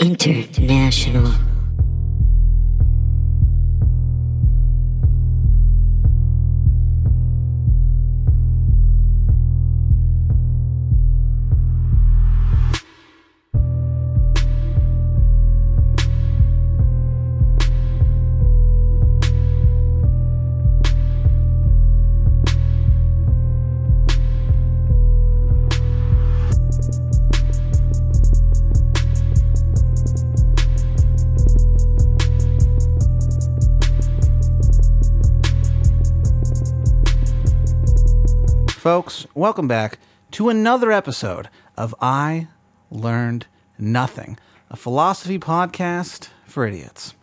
International. folks. Welcome back to another episode of I Learned Nothing, a philosophy podcast for idiots.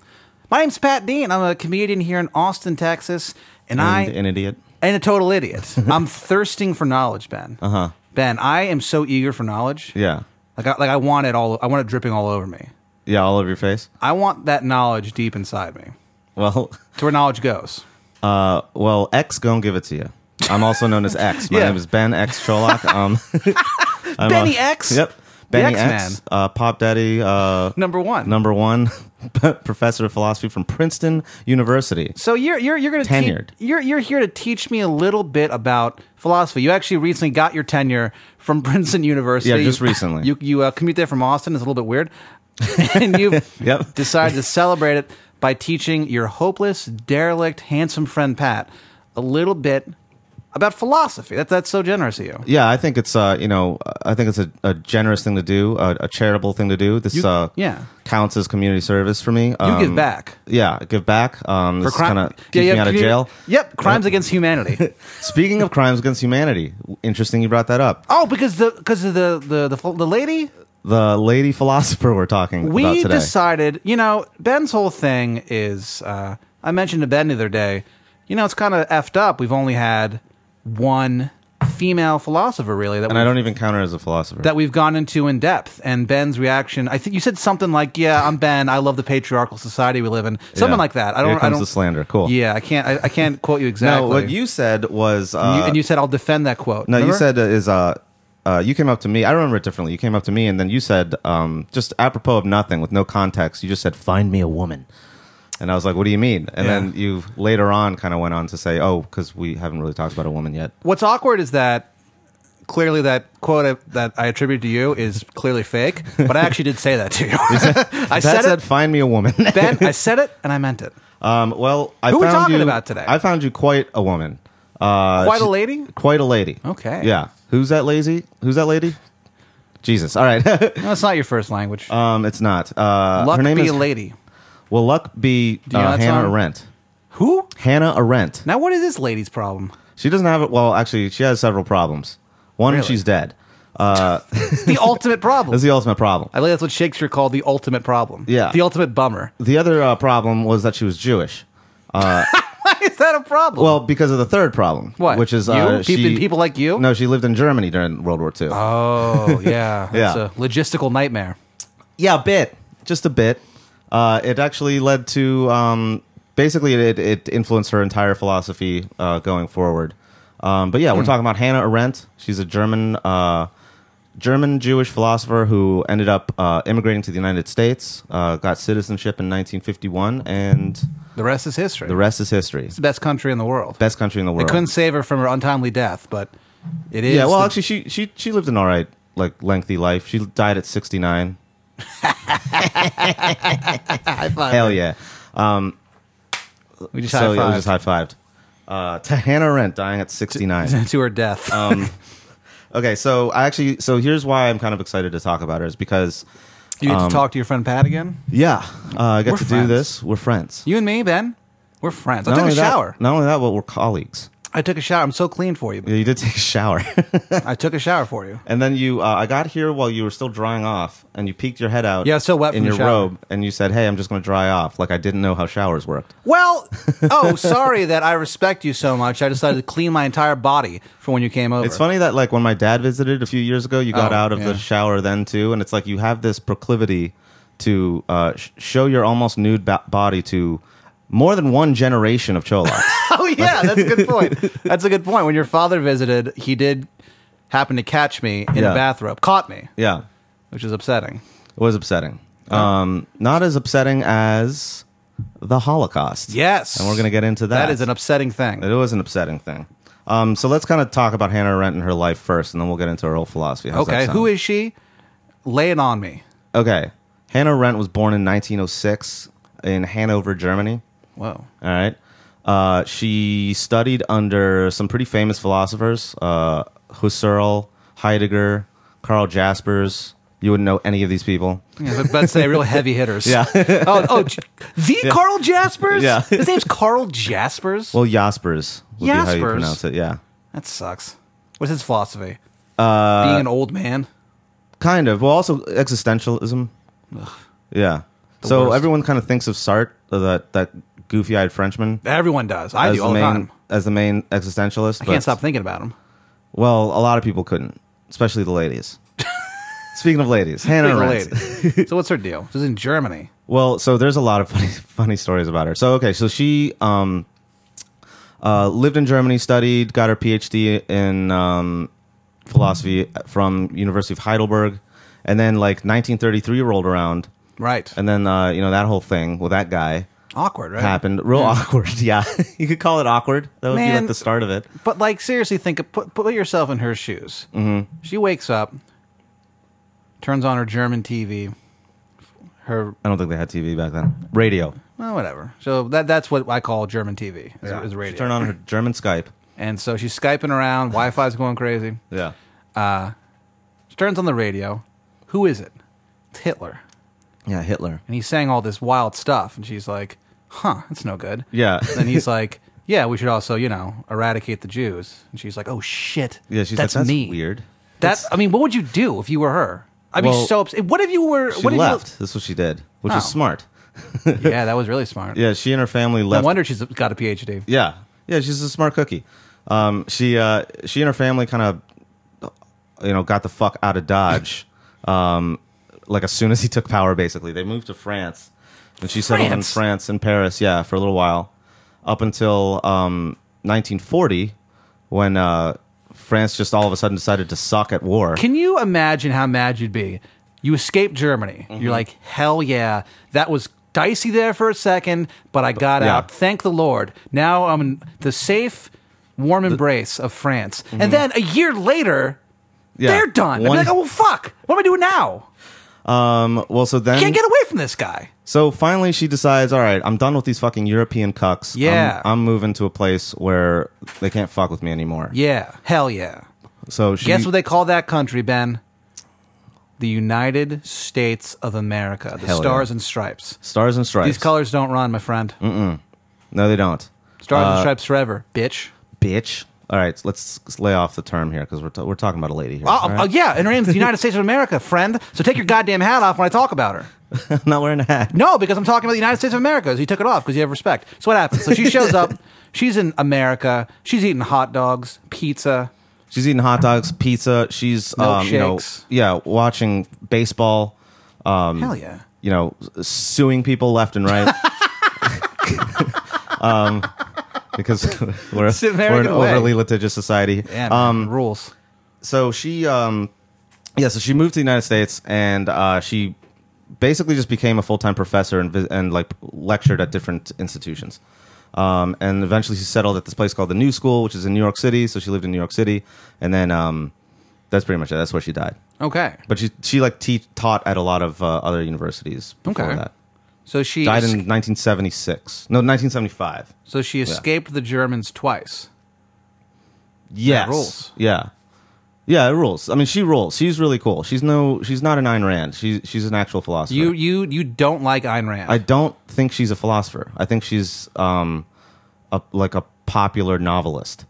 My name's Pat Dean. I'm a comedian here in Austin, Texas, and, I and uh, an idiot. and a total idiot. I'm thirsting for knowledge, Ben. Uh huh. Ben, I am so eager for knowledge. Uh-huh. Yeah, Like, I, like I want it all. I want it dripping all over me. yeah, all over your face. I want that knowledge deep inside me. Well, To where knowledge goes. uh, well, X gonna give it to you. I'm also known as X. My Yeah. name is Ben X Sherlock. Um, I'm, Benny X? Yep, The Benny X-Man. X. Uh, Pop Daddy. Uh, Number one. number one, professor of philosophy from Princeton University. So you're you're you're going to Tenured. you're you're here to teach me a little bit about philosophy. You actually recently got your tenure from Princeton University. Yeah, just You- recently. You you uh, commute there from Austin. It's a little bit weird, and you've Yep. decided to celebrate it by teaching your hopeless, derelict, handsome friend Pat a little bit about philosophy. That that's so generous of you. Yeah, I think it's uh, you know, I think it's a, a generous thing to do, a, a charitable thing to do. This uh, yeah. counts as community service for me. You give Um, back. Yeah, give back. Um, this crime- kind of Yeah, keeps yeah, me out of community- jail. Yep, crimes against humanity. Speaking of crimes against humanity, interesting you brought that up. oh, because the because of the the the, the lady The lady philosopher we're talking about we today. decided, you know, Ben's whole thing is uh, I mentioned to Ben the other day, you know, it's kind of effed up. We've only had one female philosopher really that and I we've, don't even count her as a philosopher. that we've gone into in depth. And Ben's reaction, I think you said something like, "Yeah, I'm Ben. I love the patriarchal society we live in." Something Yeah. like that. I don't. Here I comes don't, the slander. Cool. Yeah, I can't. I, I can't quote you exactly. No, what you said was. Uh, And you- and you said I'll defend that quote. no, you Remember? said uh, is. Uh, uh, you came up to me. I remember it differently. You came up to me, and then you said, um, just apropos of nothing, with no context, you just said, "Find me a woman," and I was like, "What do you mean?" And Yeah. then you later on kind of went on to say, "Oh, because we haven't really talked about a woman yet." What's awkward is that clearly that quote I, that I attribute to you is clearly fake, but I actually did say that to you. I that said said, it, "Find me a woman." Ben. I said it, and I meant it. Um, well, I Who are we found talking you, about today? I found you quite a woman. Uh, Quite a she- lady? Quite a lady. Okay. Yeah. Who's that lazy? Who's that lady? Jesus. All right. No, it's not your first language. um, it's not. Uh, Luck her name be is a lady. Well, luck be you know uh, that Hannah song? Arendt. Who? Hannah Arendt. Now, what is this lady's problem? She doesn't have it. Well, actually, she has several problems. One, Really? she's dead. It's the ultimate problem. That's the ultimate problem. I believe that's what Shakespeare called the ultimate problem. Yeah. The ultimate bummer. The other uh, problem was that she was Jewish. is that a problem? Well, because of the third problem, What? which is You? uh, Peop- she- people like you? No, she lived in Germany during World War II. oh, yeah. That's Yeah. a logistical nightmare. Yeah, a bit, just a bit. Uh, it actually led to um, basically it, it influenced her entire philosophy uh, going forward. Um, but yeah, we're talking about Hannah Arendt. She's a German uh, German Jewish philosopher who ended up uh, immigrating to the United States, uh, got citizenship in 1951, and The rest is history. the rest is history. It's the best country in the world. Best country in the They world. couldn't save her from her untimely death, but it is. yeah, well, the- actually, she she she lived an all right like lengthy life. She died at 69. Hell yeah. we just so yeah, high-fived. we just high fived. Uh, to Hannah Rent dying at 69. to her death. Oh, okay, so I actually, so here's why I'm kind of excited to talk about her is because, you um, get to talk to your friend Pat again. yeah, uh, I We're get to friends. do this. We're friends. You and me, Ben, we're friends. I Not took a only that- shower. Not only that, but we're colleagues. I took a shower. I'm so clean for you. Yeah, you did take a shower. I took a shower for you. and then you, uh, I got here while you were still drying off and you peeked your head out. Yeah, it's so wet In from the your shower. robe. And you said, hey, I'm just going to dry off. Like I didn't know how showers worked. Well, oh, sorry that I respect you so much. I decided to clean my entire body for when you came over. It's funny that like when my dad visited a few years ago, you got Oh, out of yeah. the shower then too, and it's like you have this proclivity to uh, sh- show your almost nude ba- body to more than one generation of Choloks. Oh yeah, that's a good point. That's a good point. When your father visited, he did happen to catch me in Yeah. a bathrobe. Caught me, yeah, it which is upsetting. was upsetting. Oh. Um, not as upsetting as the Holocaust. Yes. and we're gonna get into that. That is an upsetting thing. It was an upsetting thing. Um, so let's kind of talk about Hannah Arendt and her life first, and then we'll get into her whole philosophy. How's that Okay, sound? who is she? Lay it on me. Okay, Hannah Arendt was born in 1906 in Hanover, Germany. Whoa. All right. Uh, she studied under some pretty famous philosophers: uh, Husserl, Heidegger, Karl Jaspers. You wouldn't know any of these people. Yeah, but but say real heavy hitters. Yeah. oh, oh, j- the Carl Jaspers. Yeah. His name's Carl Jaspers. Well, Jaspers would be how you Jaspers? pronounce it. Yeah, that sucks. What's his philosophy? Uh, Being an old man. kind of. Well, also existentialism. Yeah. So worst. everyone kind of thinks of Sartre, uh, that that goofy-eyed Frenchman, Everyone does. I as do all the the main time. as the main existentialist. I can't stop thinking about him. Well, a lot of people couldn't, especially the ladies. Speaking of ladies, Hannah Big Arendt. lady. so what's her deal? She's in Germany. Well, so there's a lot of funny funny stories about her. So okay, so she um uh lived in Germany, studied, got her PhD in um philosophy from University of Heidelberg, and then like 1933 rolled around, Right. and then uh you know that whole thing with that guy Awkward, right? happened. Real awkward, yeah. you could call it awkward. That would be Man. like the start of it. But like seriously, think of- put put yourself in her shoes. Mm-hmm. She wakes up, turns on her German TV, her I don't think they had TV back then. Radio. well, whatever. So that that's what I call German TV is, is She radio. turned on her German Skype. and so she's skyping around. Wi-Fi's going crazy. Yeah. She turns on the radio. Who is it? It's Hitler, Yeah, Hitler. and he's saying all this wild stuff. And she's like, "Huh, that's no good." Yeah. Then he's like, "Yeah, we should also, you know, eradicate the Jews." And she's like, "Oh shit, yeah, she's that's like that's me. weird. That's. I mean, what would you do if you were her? I'd Well, be so upset. What if you were? She what if left. That's what she did, which is Oh. smart. You, yeah, that was really smart. Yeah, she and her family No left. wonder she's got a PhD. yeah, yeah, she's a smart cookie. Um, she uh, she and her family kind of, you know, got the fuck out of Dodge, um, like as soon as he took power. Basically, they moved to France, and she settled in France? France in Paris. Yeah, for a little while, up until um, 1940, when uh, France just all of a sudden decided to suck at war. Can you imagine how mad you'd be? You escape Germany. Mm-hmm. You're like, hell yeah, that was dicey there for a second, but I got yeah. out. Thank the Lord. Now I'm in the safe, warm embrace of France. And then a year later, Mm-hmm. Yeah. they're done. I'd be One- like, oh well, fuck, what am I doing now? Um, well, so then Can't get away from this guy. So finally, she decides, all right, I'm done with these fucking European cucks. I'm- Yeah. I'm, moving to a place where they can't fuck with me anymore. Yeah, hell yeah. So she, Guess what they call that country, Ben? The United States of America. The Hell yeah. stars and stripes. stars and stripes. These colors don't run, my friend. no, they don't. Stars and Mm, Uh, stripes forever, bitch. Bitch. All right, let's, let's lay off the term here because we're, t- we're talking about a lady here. Oh, all right? oh, yeah, and her name's the United States of America, friend. So take your goddamn hat off when I talk about her. I'm not wearing a hat. uh, No, because I'm talking about the United States of America. So you took it off because you have respect. So what happens? So she shows up. She's in America. She's eating hot dogs, pizza. She's eating hot dogs, pizza. She's, um, you know, Milkshakes. yeah, watching baseball, Um, Hell yeah. you know, s- suing people left and right. um, because we're, It's the we're an American way. overly litigious society. Yeah, man, um, rules. so she um yeah so she moved to the united states and uh she basically just became a full-time professor and vi- and like lectured at different institutions um and eventually she settled at this place called the new school which is in new york city so she lived in new york city and then um that's pretty much it that's where she died Okay. but she she like te- taught at a lot of uh, other universities before Okay. that So she died in 1976 no 1975 so she escaped the Germans twice. Yes. rules. Yeah. Yeah, it rules. I mean, she rules. She's really cool. She's no she's not an Ayn Rand. She's she's an actual philosopher. You you you don't like Ayn Rand. I don't think she's a philosopher. I think she's um a like a popular novelist.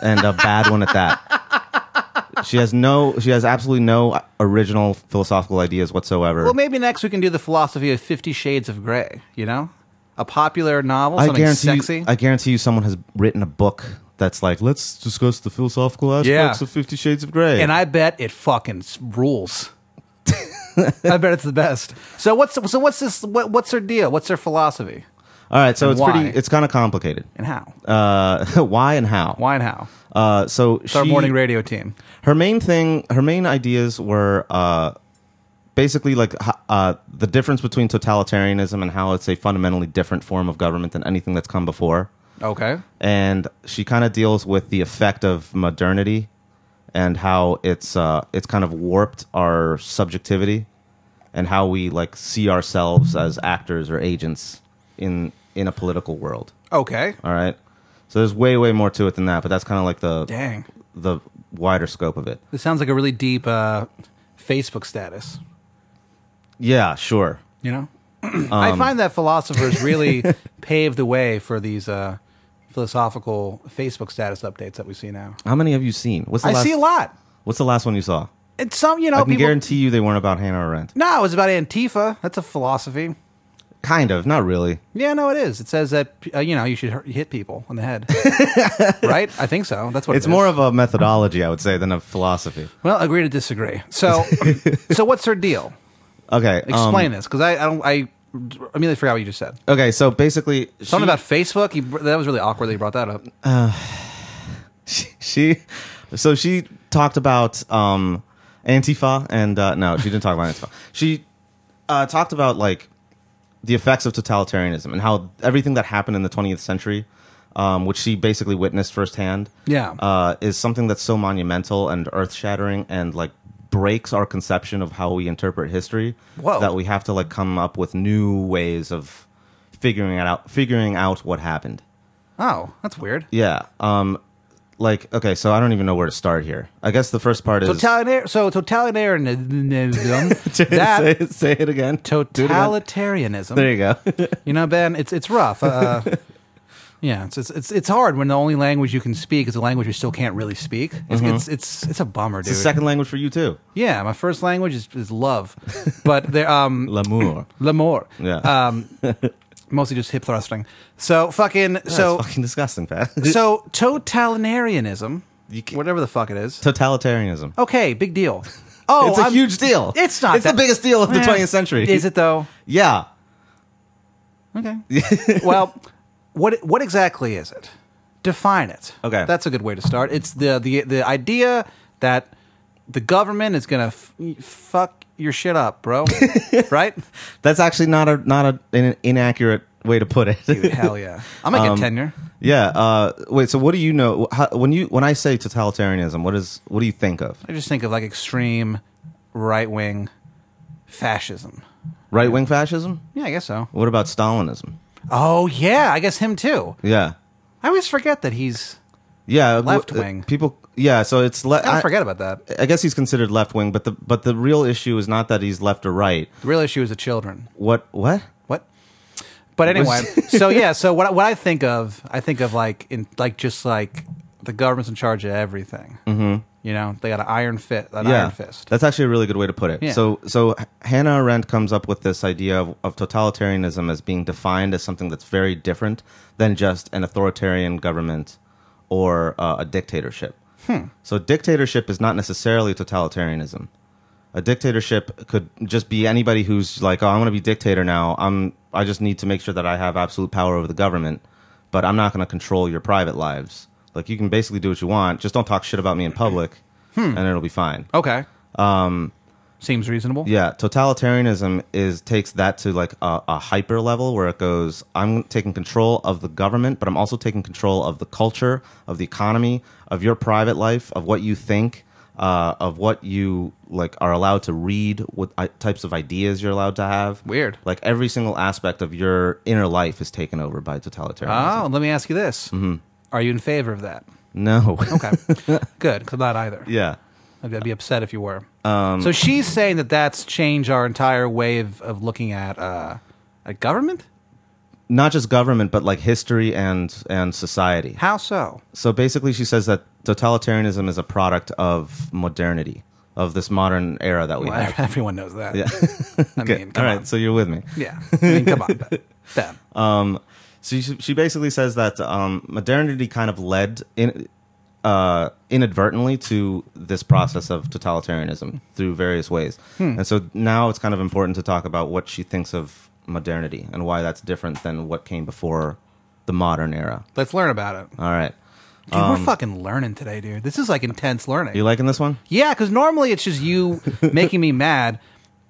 and a bad one at that. She has no she has absolutely no original philosophical ideas whatsoever. well, maybe next we can do the philosophy of Fifty Shades of Grey. You know, a popular novel, I something guarantee sexy. You, I guarantee you someone has written a book that's like, let's discuss the philosophical aspects Yeah. of 50 Shades of Grey. and I bet it fucking s- rules. I bet it's the best. So what's so what's this? What, what's her deal? What's her philosophy? All right, so And it's why? pretty it's kind of complicated. And how? uh, why and how. Why and how? Uh, so It's our she- morning radio team. her main thing, her main ideas were uh, basically like h- uh, the difference between totalitarianism and how it's a fundamentally different form of government than anything that's come before. Okay. and she kind of deals with the effect of modernity and how it's uh, it's kind of warped our subjectivity and how we like see ourselves as actors or agents in in a political world. Okay. All right, so there's way way more to it than that, but that's kind of like the Dang. the wider scope of it. This sounds like a really deep uh, Facebook status. Yeah, sure. You know, I find that philosophers really pave the way for these uh, philosophical Facebook status updates that we see now. How many have you seen? What's the I last, see a lot. What's the last one you saw? It's some, you know, I can people. guarantee you they weren't about Hannah Arendt. no, it's about Antifa. That's a philosophy. Kind of, not really. Yeah, no, it is. It says that uh, you know you should hurt- hit people on the head, right? I think so. That's what It's more of a methodology, I would say, than a philosophy. well, agree to disagree. So, so what's her deal? Okay, um, Explain this because I, I don't I immediately forgot what you just said. Okay, so basically, Something she- about Facebook. You, br- that was really awkward that you brought that up. she, she- So she talked about um, Antifa, and uh, no, she didn't talk about Antifa. She uh, talked about like the effects of totalitarianism and how everything that happened in the 20th century, um, which she basically witnessed firsthand, Yeah. uh, is something that's so monumental and earth shattering and like breaks our conception of how we interpret history Whoa. that we have to like come up with new ways of figuring it out figuring out what happened Oh, that's weird. Yeah. Um like okay, so I don't even know where to start here. I guess the first part is Totalitarian. So totalitarianism. say, that it- say it again. Do it again. totalitarianism. There you go. You know, Ben, it's it's rough. Uh, yeah, it's, it's it's it's hard when the only language you can speak is a language you still can't really speak. It's Mm-hmm. it's, it's it's a bummer, dude. the second language for you too. yeah, my first language is, is love, but there um L'amour. l'amour. Yeah. Um, mostly just hip thrusting. So fucking so That's fucking disgusting, Pat. so totalitarianism, You can't- whatever the fuck it is. Totalitarianism. Okay, big deal. Oh, it's a I'm- huge deal. It's not It's that- the biggest deal of the Eh, 20th century. Is it though? Yeah. Okay. well, what what exactly is it? Define it. Okay. That's a good way to start. It's the the the idea that the government is gonna f- fuck your shit up, bro. right? That's actually not a not a, an inaccurate way to put it. Dude, hell yeah. I'm gonna get tenure. yeah. Uh, wait. So, what do you know? How, when you when I say totalitarianism, what is what do you think of? I just think of like extreme right wing fascism. Right wing fascism. Yeah, I guess so. What about Stalinism? Oh yeah, I guess him too. Yeah. I always forget that he's. Yeah, w- Left uh, wing. people. Yeah, so it's le- I I, forget about that. I guess he's considered left wing, but the but the real issue is not that he's left or right. The real issue is the children. What what? What? But anyway, so yeah, so what I- what I think of, I think of like in like just like the government's in charge of everything. Mm-hmm. You know, they got an iron fist, an Yeah, iron fist. that's actually a really good way to put it. Yeah. So so H- Hannah Arendt comes up with this idea of, of totalitarianism as being defined as something that's very different than just an authoritarian government or uh, a dictatorship. Hmm. So dictatorship is not necessarily totalitarianism. A dictatorship could just be anybody who's like, "Oh, I'm going to be dictator now. I'm I just need to make sure that I have absolute power over the government, but I'm not going to control your private lives. Like you can basically do what you want, just don't talk shit about me in public, Hmm. and it'll be fine." Okay. Um, seems reasonable. Yeah, totalitarianism is takes that to like a, a hyper level where it goes. I'm taking control of the government, but I'm also taking control of the culture, of the economy, of your private life, of what you think, uh, of what you like are allowed to read, what I, types of ideas you're allowed to have. Weird. Like every single aspect of your inner life is taken over by totalitarianism. Oh, let me ask you this: Are you in favor of that? No. Okay, good. 'cause I'm not either. yeah. Um, I'd, I'd be upset if you were. so she's saying that that's changed our entire way of, of looking at uh, a government. Not just government, but like history and and society. How so? so basically she says that totalitarianism is a product of modernity of this modern era that we have Everyone knows that. yeah I Okay. mean, all come right on. so you're with me Yeah. I mean, come on, Ben. Ben. so she, she basically says that um, modernity kind of led in, uh, inadvertently to this process of totalitarianism through various ways Hmm. and so now it's kind of important to talk about what she thinks of modernity and why that's different than what came before the modern era Let's learn about it. all right Dude, Um, we're fucking learning today, dude. This is like intense learning. you liking this one yeah, because normally it's just you making me mad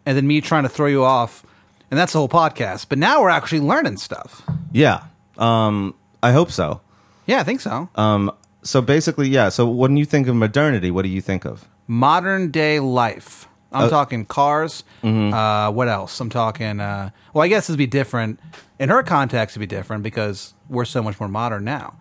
and then me trying to throw you off, and that's the whole podcast. But now we're actually learning stuff. Yeah. Um, I hope so. Yeah, I think so. Um, so basically, yeah. So when you think of modernity, what do you think of? Modern day life. I'm talking cars. mm-hmm. Uh, what else? I'm talking. Uh, well, I guess it'd be different in her context. It'd be different because we're so much more modern now.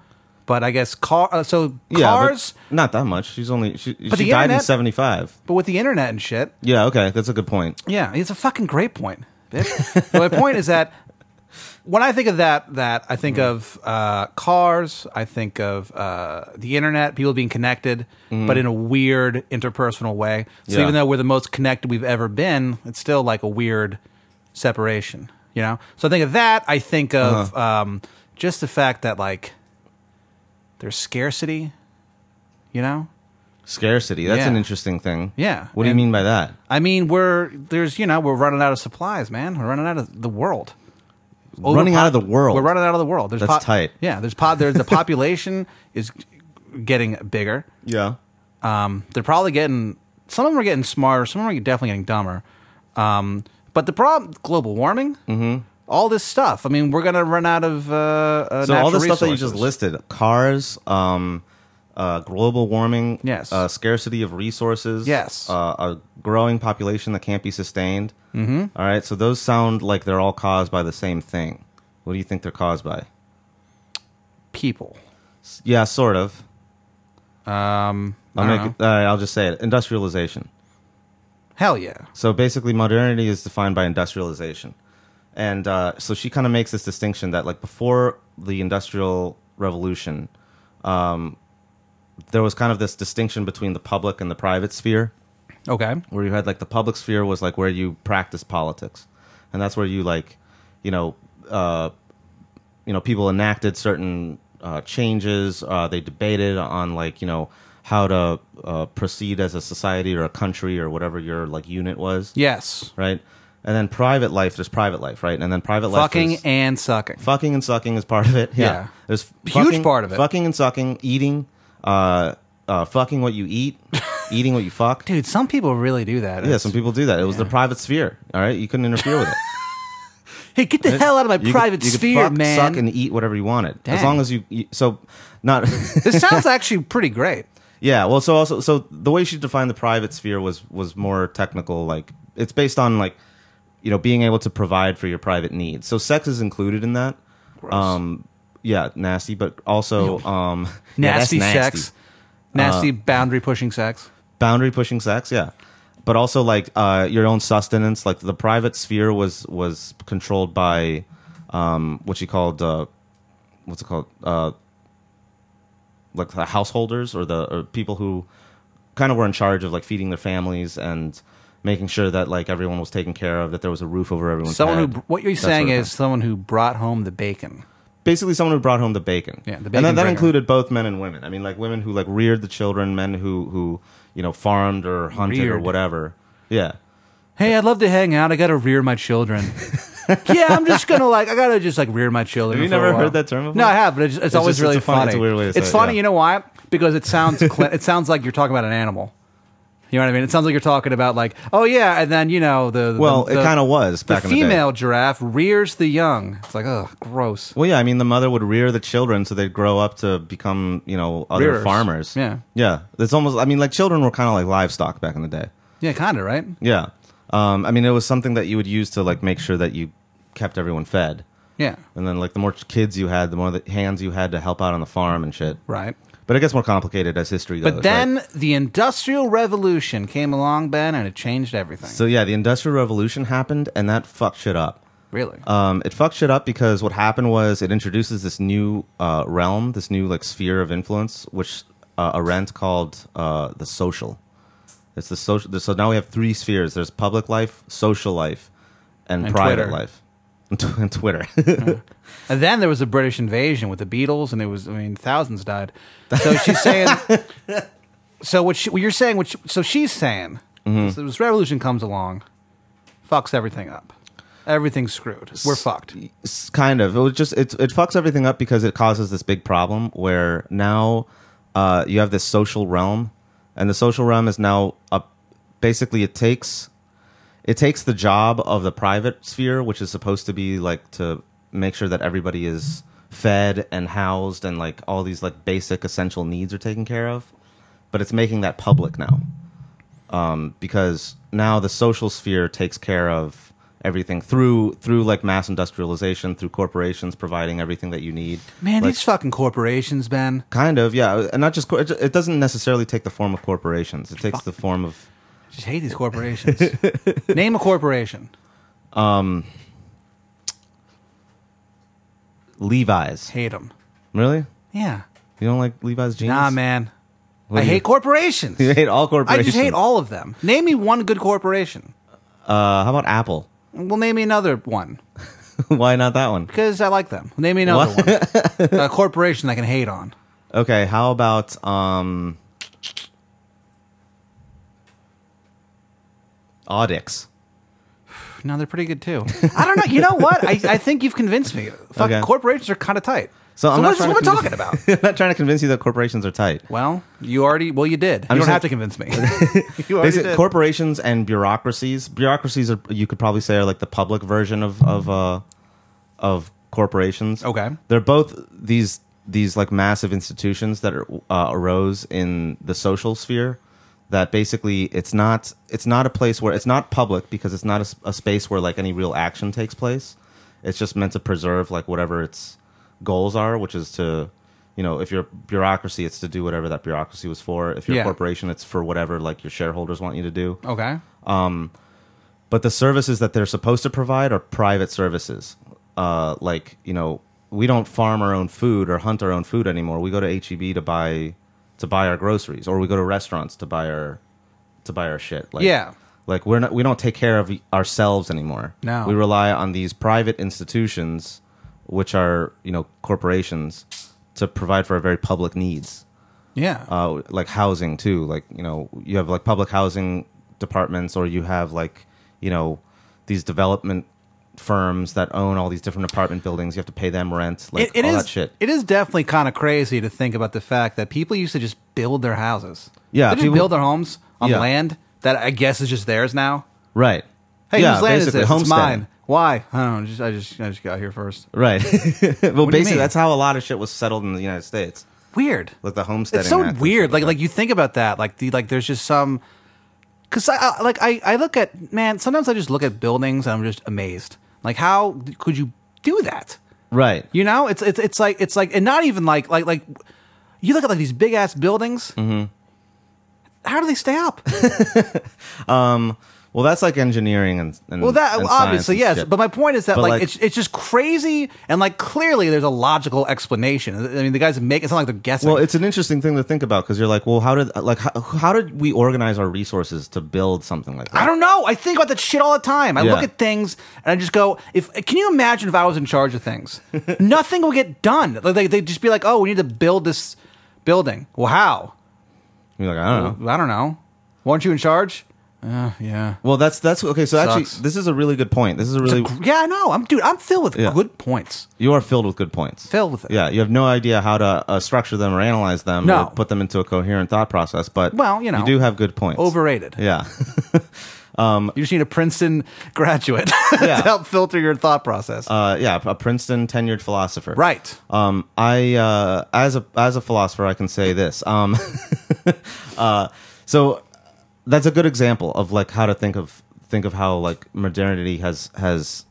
But I guess car. Uh, so cars, Yeah, but but, not that much. She's only she, she the died in internet- seventy five. with the internet and shit. Yeah. Okay, that's a good point. Yeah, it's a fucking great point. bitch. but my point is that when I think of that, that I think of uh, cars, I think of uh, the internet, people being connected, but in a weird interpersonal way. So Yeah. even though we're the most connected we've ever been, it's still like a weird separation, you know. So I think of that. I think of um, just the fact that like there's scarcity, you know. Scarcity. That's Yeah. an interesting thing. Yeah, What do you and- mean by that? I mean, we're there's you know we're running out of supplies, man. We're running out of the world. Running out of the world. We're running out of the world. There's That's tight. Yeah, there's po- there's the population is getting bigger. Yeah. Um, they're probably getting some of them are getting smarter. Some of them are definitely getting dumber. Um, but the problem, global warming, mm-hmm. all this stuff. I mean, we're gonna run out of uh, uh, So all the natural stuff that you just resources. listed: cars, um, uh, global warming, Yes. uh, scarcity of resources, Yes. uh, a growing population that can't be sustained. Mm-hmm. right. So those sound like they're all caused by the same thing. What do you think they're caused by? people. S- Yeah, sort of. Um, I I'll, don't make know. it, uh, I'll just say it: industrialization. Hell yeah. So basically, modernity is defined by industrialization, and uh, so she kind of makes this distinction that like before the industrial revolution, um, there was kind of this distinction between the public and the private sphere, Okay. where you had like the public sphere was like where you practice politics, and that's where you like, you know, uh, you know, people enacted certain uh, changes. Uh, they debated on like you know how to uh, proceed as a society or a country or whatever your like unit was Yes. right? And then private life, there's private life, right? And then private life, Fucking is- and sucking. fucking and sucking is part of it. Yeah, Yeah. there's Huge fucking- part of it. Fucking and sucking, eating, uh, uh, fucking what you eat, eating what you fuck. Dude, some people really do that. yeah, some people do that. It was the private sphere. All right, you couldn't interfere with it. Hey, get the hell out of my You could- private you could sphere, fuck, man. Suck and eat whatever you wanted, as Dang. long as you. you so not. this sounds actually pretty great. Yeah, well, so also, so the way she defined the private sphere was was more technical. Like it's based on like you know being able to provide for your private needs. So sex is included in that. Um, yeah, nasty, but also um, yeah, that's Uh, Nasty sex, nasty boundary pushing sex. boundary pushing sex. Yeah, but also like uh, your own sustenance. Like the private sphere was was controlled by um, what she called uh, what's it called uh, like the householders or the or people who kind of were in charge of like feeding their families and making sure that like everyone was taken care of, that there was a roof over everyone's Someone head. who, what you're that sort saying of is someone who brought home the bacon. basically someone who brought home the bacon. Yeah, the and bacon that, that bringer. included both men and women. I mean, like women who like reared the children, men who who you know farmed or hunted or Reared. whatever. Yeah, Hey, I'd love to hang out. I got to rear my children. yeah, I'm just gonna like I gotta just like rear my children. Have you for a never while. heard that term before? No, I have, but it's, it's, always just- really it's a fun- funny. it's a weird way to say It's it, funny, yeah. you know why? Because it sounds cl- it sounds like you're talking about an animal. You know what I mean? It sounds like you're talking about like, oh yeah, and then you know the the- Well, it the- kinda was back the in the day. female giraffe rears the young. It's like, oh, gross. Well, yeah, I mean, the mother would rear the children so they'd grow up to become, you know, other Rearers. farmers. Yeah. Yeah. It's almost, I mean, like children were kind of like livestock back in the day. Yeah, kind of right. Yeah. Um, I mean, it was something that you would use to like make sure that you kept everyone fed. Yeah, And then, like, the more kids you had, the more the hands you had to help out on the farm and shit. right. But it gets more complicated as history goes. But then right? the Industrial Revolution came along, Ben, and it changed everything. So, yeah, the Industrial Revolution happened and that fucked shit up. really? Um, it fucked shit up because what happened was it introduces this new uh, realm, this new like sphere of influence, which uh, Arendt called uh, the social. It's the social. So now we have three spheres. There's public life, social life, and, And private Twitter. life, and, tw- and Twitter. and then there was a British invasion with the Beatles, and it was, I mean, thousands died. So she's saying, so what, she, what you're saying, what she, so she's saying, Mm-hmm. this, this revolution comes along, fucks everything up. Everything's screwed. We're fucked. S- kind of. It was just it. It fucks everything up because it causes this big problem where now uh, you have this social realm, and the social realm is now up. Basically, it takes it takes the job of the private sphere, which is supposed to be like to make sure that everybody is fed and housed and like all these like basic essential needs are taken care of, but it's making that public now um, because now the social sphere takes care of everything through through like mass industrialization through corporations providing everything that you need Man, Like, these fucking corporations, Ben. kind of yeah and not just cor- it it doesn't necessarily take the form of corporations it takes the form of I just hate these corporations. Name a corporation. levi's Hate them. really Yeah. you don't like levi's jeans Nah, man. What I do you- hate corporations. you hate all I corporations just hate all of them. Name me one good corporation. uh how about apple Well, name me another one why not that one because I like them. Name me another one. A corporation I can hate on. okay how about um audix No, they're pretty good too. I don't know. You know what? I, I think you've convinced me. Fuck, Okay. corporations are kind of tight. So I'm what's- not trying to what we're talking convince- about? I'm not trying to convince you that corporations are tight. Well, you already. Well, you did. you don't just have to saying- convince me. You Basically, corporations and bureaucracies. Bureaucracies are you could probably say are like the public version of of uh, of corporations. Okay. they're both these these like massive institutions that are, uh, arose in the social sphere. That basically it's not it's not a place where it's not public because it's not a s a a space where like any real action takes place. It's just meant to preserve like whatever its goals are, which is to you know if you're a bureaucracy, it's to do whatever that bureaucracy was for. If you're Yeah. a corporation, it's for whatever like your shareholders want you to do okay. but the services that they're supposed to provide are private services. Uh, like you know, we don't farm our own food or hunt our own food anymore. We go to HEB to buy to buy our groceries, or we go to restaurants to buy our to buy our shit. Like, Yeah. like we're not we don't take care of ourselves anymore. No. we rely on these private institutions, which are you know corporations, to provide for our very public needs Yeah. uh, like housing too. Like you know, you have like public housing departments, or you have like you know these development firms that own all these different apartment buildings. You have to pay them rent, like It- it all is- that shit. It is definitely kind of crazy to think about the fact that people used to just build their houses. Yeah, they just people- build their homes on Yeah. land that I guess is just theirs now. right? Hey, yeah, whose land is basically, this? It's homesteading. mine. Why? I don't know. Just, I just I just got here first. Right. well, mean? basically, that's how a lot of shit was settled in the United States, Weird. like the homesteading. It's so Act and weird. shit Like that. like you think about that. Like the like there's just some. Cause I, I like I, I look at man. Sometimes I just look at buildings and I'm just amazed. Like how could you do that? right. You know, it's it's it's like it's like, and not even like like like you look at like these big ass buildings. Mm-hmm. How do they stay up? well, that's like engineering and, and Well, that and science obviously and yes, shit. but my point is that But, like, like- it's it's just crazy, and like clearly there's a logical explanation. I mean, the guys make it sound like they're guessing. Well, it's an interesting thing to think about because you're like, well, how did like how, how did we organize our resources to build something like that? I don't know. I think about that shit all the time. I Yeah. look at things and I just go, "If can you imagine if I was in charge of things? Nothing will get done. Like they would just be like, "Oh, we need to build this building." Well, how? You're like, I don't know. I don't know. Weren't you in charge? Uh, yeah. Well, that's that's okay. So Sucks. actually, this is a really good point. This is a really Yeah, I know. I'm dude. I'm filled with Yeah. good points. you are filled with good points. Filled with it. Yeah, you have no idea how to uh, structure them or analyze them No. or put them into a coherent thought process. But Well, you know, you do have good points. Overrated. Yeah, You just need a Princeton graduate Yeah. to help filter your thought process. uh, yeah. A Princeton tenured philosopher. right. Um, I uh, as a as a philosopher, I can say this. Um, uh, so that's a good example of like how to think of think of how like modernity has has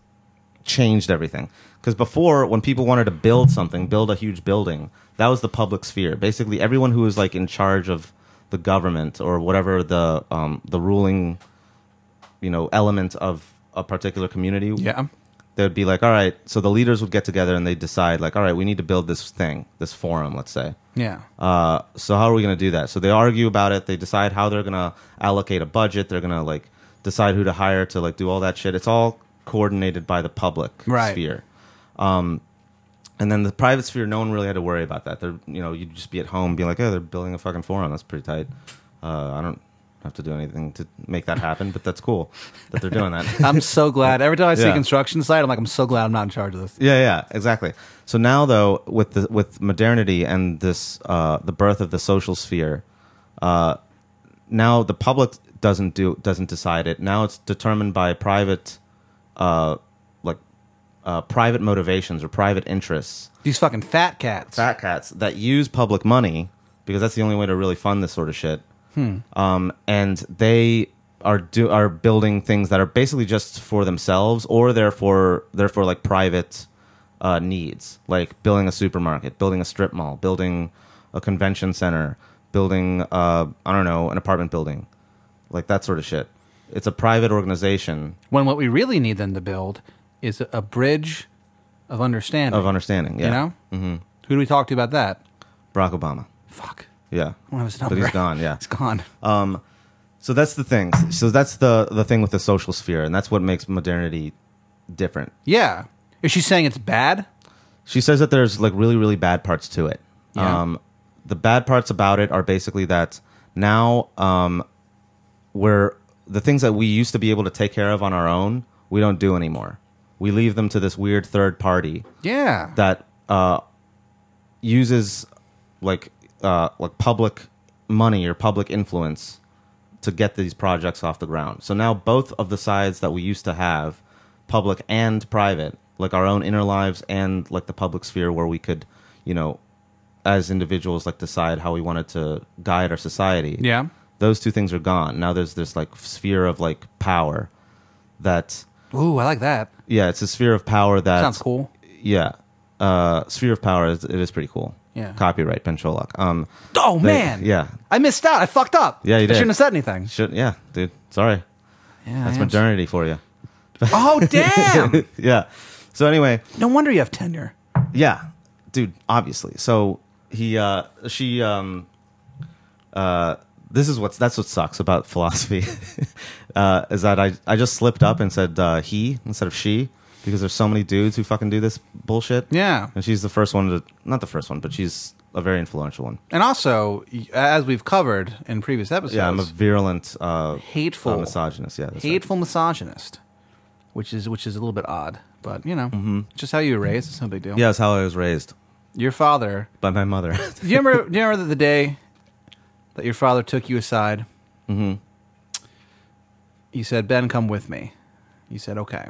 changed everything. Because before, when people wanted to build something, build a huge building, that was the public sphere. Basically, everyone who was like in charge of the government or whatever the um, the ruling, you know, element of a particular community Yeah. they would be like, all right, so the leaders would get together and they decide, like, all right, we need to build this thing, this forum, let's say. Yeah. Uh, so how are we going to do that? So they argue about it. They decide how they're going to allocate a budget. They're going to like decide who to hire to like do all that shit. It's all coordinated by the public Right. sphere. Um, and then the private sphere, no one really had to worry about that. They're you know you'd just be at home, being like, oh, they're building a fucking forum. That's pretty tight. Uh, I don't have to do anything to make that happen, but that's cool that they're doing that. I'm so glad. Every time I see a Yeah. construction site, I'm like, I'm so glad I'm not in charge of this. Yeah, yeah, exactly. So now, though, with the with modernity and this uh, the birth of the social sphere, uh, now the public doesn't do doesn't decide it. Now it's determined by private, uh, like uh, private motivations or private interests. These fucking fat cats. Fat cats that use public money because that's the only way to really fund this sort of shit. Hmm. Um, and they are do are building things that are basically just for themselves or they're for they're for like private uh, needs, like building a supermarket, building a strip mall, building a convention center, building uh, I don't know an apartment building, like that sort of shit. It's a private organization When what we really need them to build is a, a bridge of understanding. of understanding. Yeah, You know? Mm-hmm. Who do we talk to about that? Barack Obama. Fuck. Yeah, I don't have his but he's number. gone. Yeah, It's gone. So that's the thing. So that's the the thing with the social sphere, and that's what makes modernity different. yeah. Is she saying it's bad? She says that there's like really really bad parts to it. Yeah. Um, the bad parts about it are basically that now um, we're the things that we used to be able to take care of on our own, we don't do anymore. We leave them to this weird third party Yeah. that uh, uses like uh, like public money or public influence to get these projects off the ground. So now both of the sides that we used to have, public and private, like our own inner lives and like the public sphere where we could, you know, as individuals like decide how we wanted to guide our society. Yeah. Those two things are gone. Now there's this like sphere of like power that Ooh, I like that. yeah, it's a sphere of power that Sounds cool. yeah. Uh, Sphere of Power is it is pretty cool. Yeah. Copyright Ben Sholok. Um, Oh they- man. Yeah. I missed out. I fucked up. Yeah, you I did. shouldn't have said anything. Should yeah, dude. Sorry. Yeah, That's I am- modernity for you. Oh damn! yeah. So anyway, No wonder you have tenure. yeah, dude. Obviously. So he uh she um uh this is what's that's what sucks about philosophy uh is that I I just slipped up and said uh, he instead of she because there's so many dudes who fucking do this bullshit. Yeah. And she's the first one to not the first one, but she's a very influential one. And also, y- as we've covered in previous episodes, Yeah, I'm a virulent uh, hateful, uh, misogynist. Yeah, that's right. hateful misogynist, which is which is a little bit odd, but you know, just how you were raised. It's no big deal. Mm-hmm. Yeah, that's how I was raised Your father. by my mother. Do you remember? do you remember the day that your father took you aside? Mm-hmm. You said, "Ben, come with me." You said, "Okay."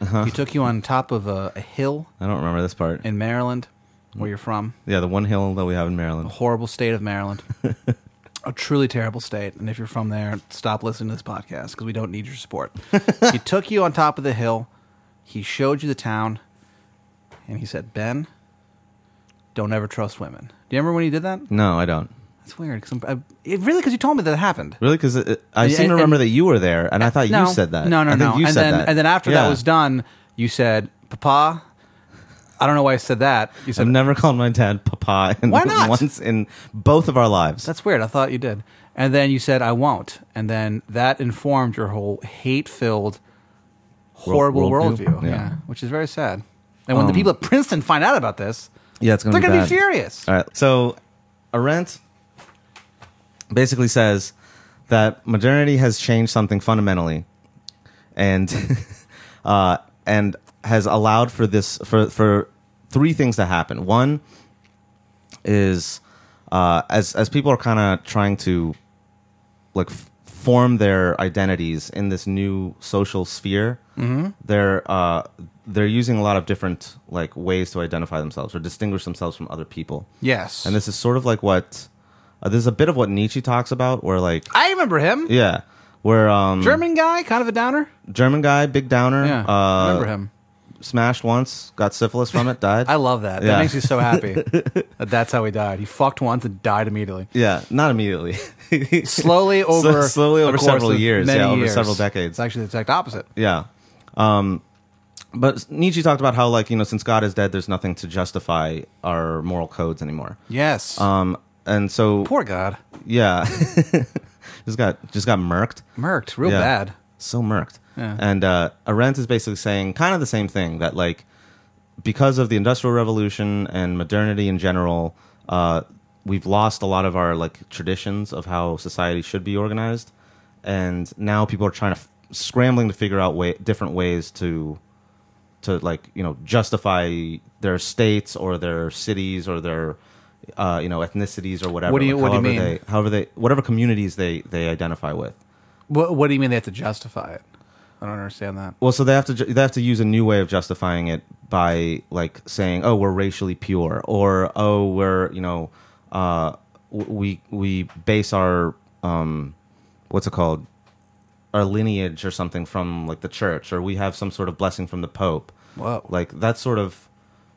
Uh-huh. He took you on top of a, a hill I don't remember this part. in Maryland, where you're from. yeah, the one hill that we have in Maryland. horrible state of Maryland. a truly terrible state. And if you're from there, stop listening to this podcast because we don't need your support. he took you on top of the hill. He showed you the town. And he said, Ben, don't ever trust women. Do you remember when he did that? No, I don't. That's weird. 'cause I'm- I- it, really, because you told me that happened. Really? Because I And- seem and- to remember that you were there, and I thought no, you said that. No, no, I think no. You and, said then, that. and then after Yeah. that was done, you said, Papa, I don't know why I said that. You said, I've never called my dad Papa. In Why not? Once in both of our lives. That's weird. I thought you did. And then you said, I won't. And then that informed your whole hate filled, horrible worldview? worldview. Yeah. Yeah. Which is very sad. And when the people at Princeton find out about this, yeah, it's gonna they're be going to be bad. furious. All right. So, Arendt basically says that modernity has changed something fundamentally, and uh, and has allowed for this for for three things to happen. One is uh, as as people are kind of trying to like f- form their identities in this new social sphere they're uh, they're using a lot of different like ways to identify themselves or distinguish themselves from other people Yes. and this is sort of like what uh, this is a bit of what Nietzsche talks about, where like I remember him. yeah, Uh, where um German guy, kind of a downer. German guy, big downer, Yeah. uh, I remember him. smashed once, got syphilis from it, died. I love that. That yeah. makes me so happy that that's how he died. He fucked once and died immediately. yeah, not immediately. Slowly over slowly over the course several of years, many yeah, over years. several decades. It's actually the exact opposite. yeah, um, but Nietzsche talked about how like you know since God is dead, there's nothing to justify our moral codes anymore. Yes. Um, and so Poor God. yeah, just got just got murked. Murked real Yeah. bad. so murked. Yeah. And uh, Arendt is basically saying kind of the same thing that like because of the Industrial Revolution and modernity in general, uh, we've lost a lot of our like traditions of how society should be organized, and now people are trying to f- scrambling to figure out way different ways to to like you know justify their states or their cities or their uh, you know ethnicities or whatever. What do you- Like, what do you however mean? They, however they whatever communities they they identify with. What, what do you mean they have to justify it? I don't understand that. Well, so they have to ju- they have to use a new way of justifying it by like saying, "Oh, we're racially pure," or "Oh, we're you know, uh, w- we we base our um, what's it called, our lineage or something from like the church, or we have some sort of blessing from the pope." Whoa. Like that sort of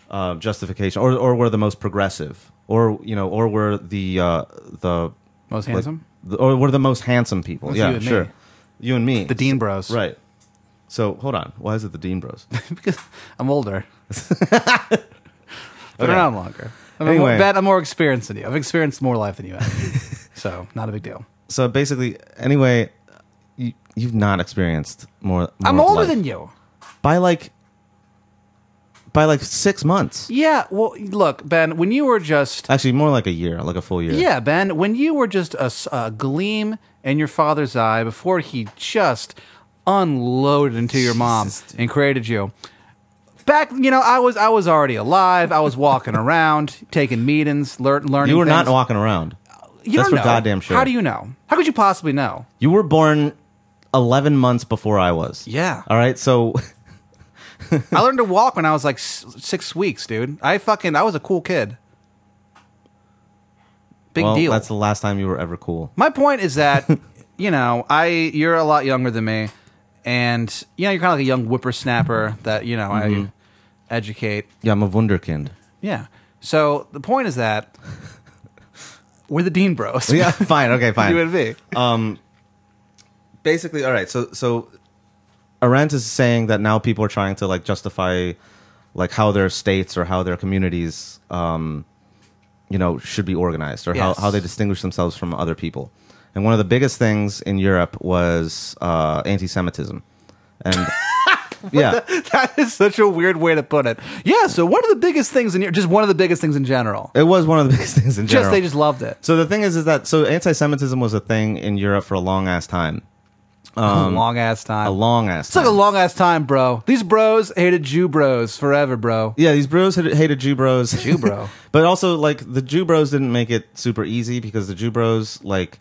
uh, justification, or or we're the most progressive, or you know, or we're the uh, the Most like, handsome? the- or we're the most handsome people. That's yeah, you and me. sure. You and me. the Dean Bros. Right. So hold on. Why is it the Dean Bros? because I'm older. Been Okay. around longer. I mean, Anyway. bet I'm more experienced than you. I've experienced more life than you have. so, not a big deal. so basically, anyway, you, you've not experienced more. I'm more older life. than you. by like by like six months. Yeah. Well, look, Ben, when you were just Actually, more like a year, like a full year. Yeah, Ben, when you were just a, s- a gleam in your father's eye before he just unloaded into your mom Jesus, dude. and created you. Back, you know, I was I was already alive. I was walking around, taking meetings, lear- learning. You were not things. walking around. You that's don't for know. goddamn sure. How do you know? How could you possibly know? You were born eleven months before I was. Yeah. All right. So I learned to walk when I was like s- six weeks, dude. I fucking I was a cool kid. Big well, deal. That's the last time you were ever cool. My point is that you know I you're a lot younger than me, and you know you're kind of like a young whippersnapper that you know Mm-hmm. I educate. Yeah, I'm a wunderkind. Yeah. So the point is that we're the Dean Bros. Yeah. Um, fine. Okay. Fine. you and me. basically all right so so arendt is saying that now people are trying to like justify like how their states or how their communities um you know should be organized or Yes. how, how they distinguish themselves from other people and one of the biggest things in europe was uh anti-semitism and yeah that is such a weird way to put it. Yeah. So one of the biggest things in your just one of the biggest things in general. it was one of the biggest things in general Just they just loved it. so the thing is is that so anti-semitism was a thing in europe for a long ass time long ass time. Um, a long ass it's like a long ass time, bro. These bros hated Jew bros forever, bro. Yeah, these bros hated, hated Jew bros. Jew bro. but also, like, the Jew bros didn't make it super easy because the Jew bros, like,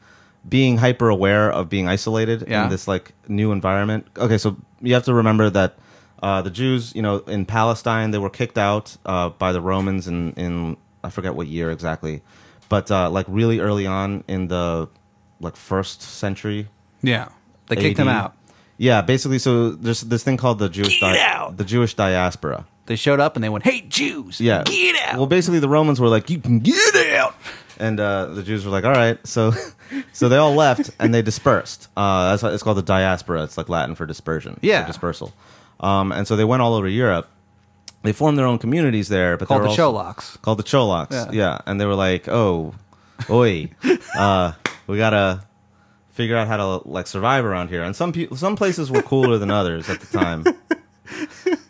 being hyper aware of being isolated Yeah. in this, like, new environment. Okay, so you have to remember that uh, the Jews, you know, in Palestine, they were kicked out uh, by the Romans in, in, I forget what year exactly, but, uh, like, really early on in the, like, first century Yeah. They kicked them AD. out. Yeah, basically, so there's this thing called the Jewish Get di- out! the Jewish diaspora. They showed up and they went, "Hey Jews, Yeah. get out!" Well, basically, the Romans were like, "You can get out," and uh, the Jews were like, "All right." So, so they all left and they dispersed. Uh, that's why it's called the diaspora. It's like Latin for dispersion. for Yeah. dispersal. Um, and so they went all over Europe. They formed their own communities there, but they Called were the also- Cholocks. Called the Cholocks. Yeah. Yeah. and they were like, "Oh, oi, uh, we gotta." Figure out how to like survive around here, and some peo- some places were cooler than others at the time.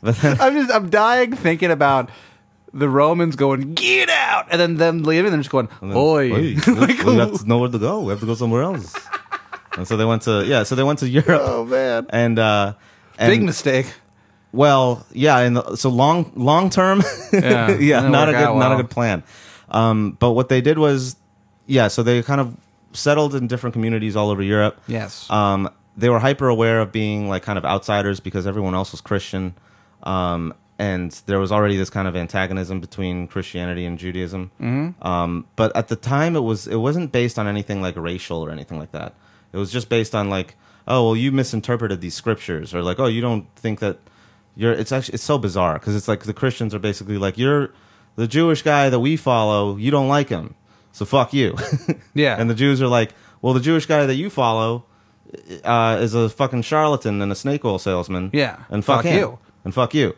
But then I'm just I'm dying thinking about the Romans going, "Get out!" and then them leaving and just going, "Oi!" Oy, Like, we have nowhere to go. We have to go somewhere else. and so they went to yeah. So they went to Europe. oh man, And uh, and big mistake. well, yeah. And uh, so long long term, Yeah, yeah, didn't not a work good out not a well. good plan. Um, but what they did was yeah. So they kind of settled in different communities all over Europe. Yes. Um, they were hyper aware of being like kind of outsiders because everyone else was Christian. Um, and there was already this kind of antagonism between Christianity and Judaism. Um, but at the time, it was it wasn't based on anything like racial or anything like that. It was just based on like, oh well, you misinterpreted these scriptures, or like, oh, you don't think that you're. It's actually it's so bizarre because it's like the Christians are basically like you're the Jewish guy that we follow. You don't like him, so fuck you. Yeah. and the Jews are like, well, the Jewish guy that you follow uh, is a fucking charlatan and a snake oil salesman. Yeah. and fuck, Fuck him. you. and fuck you.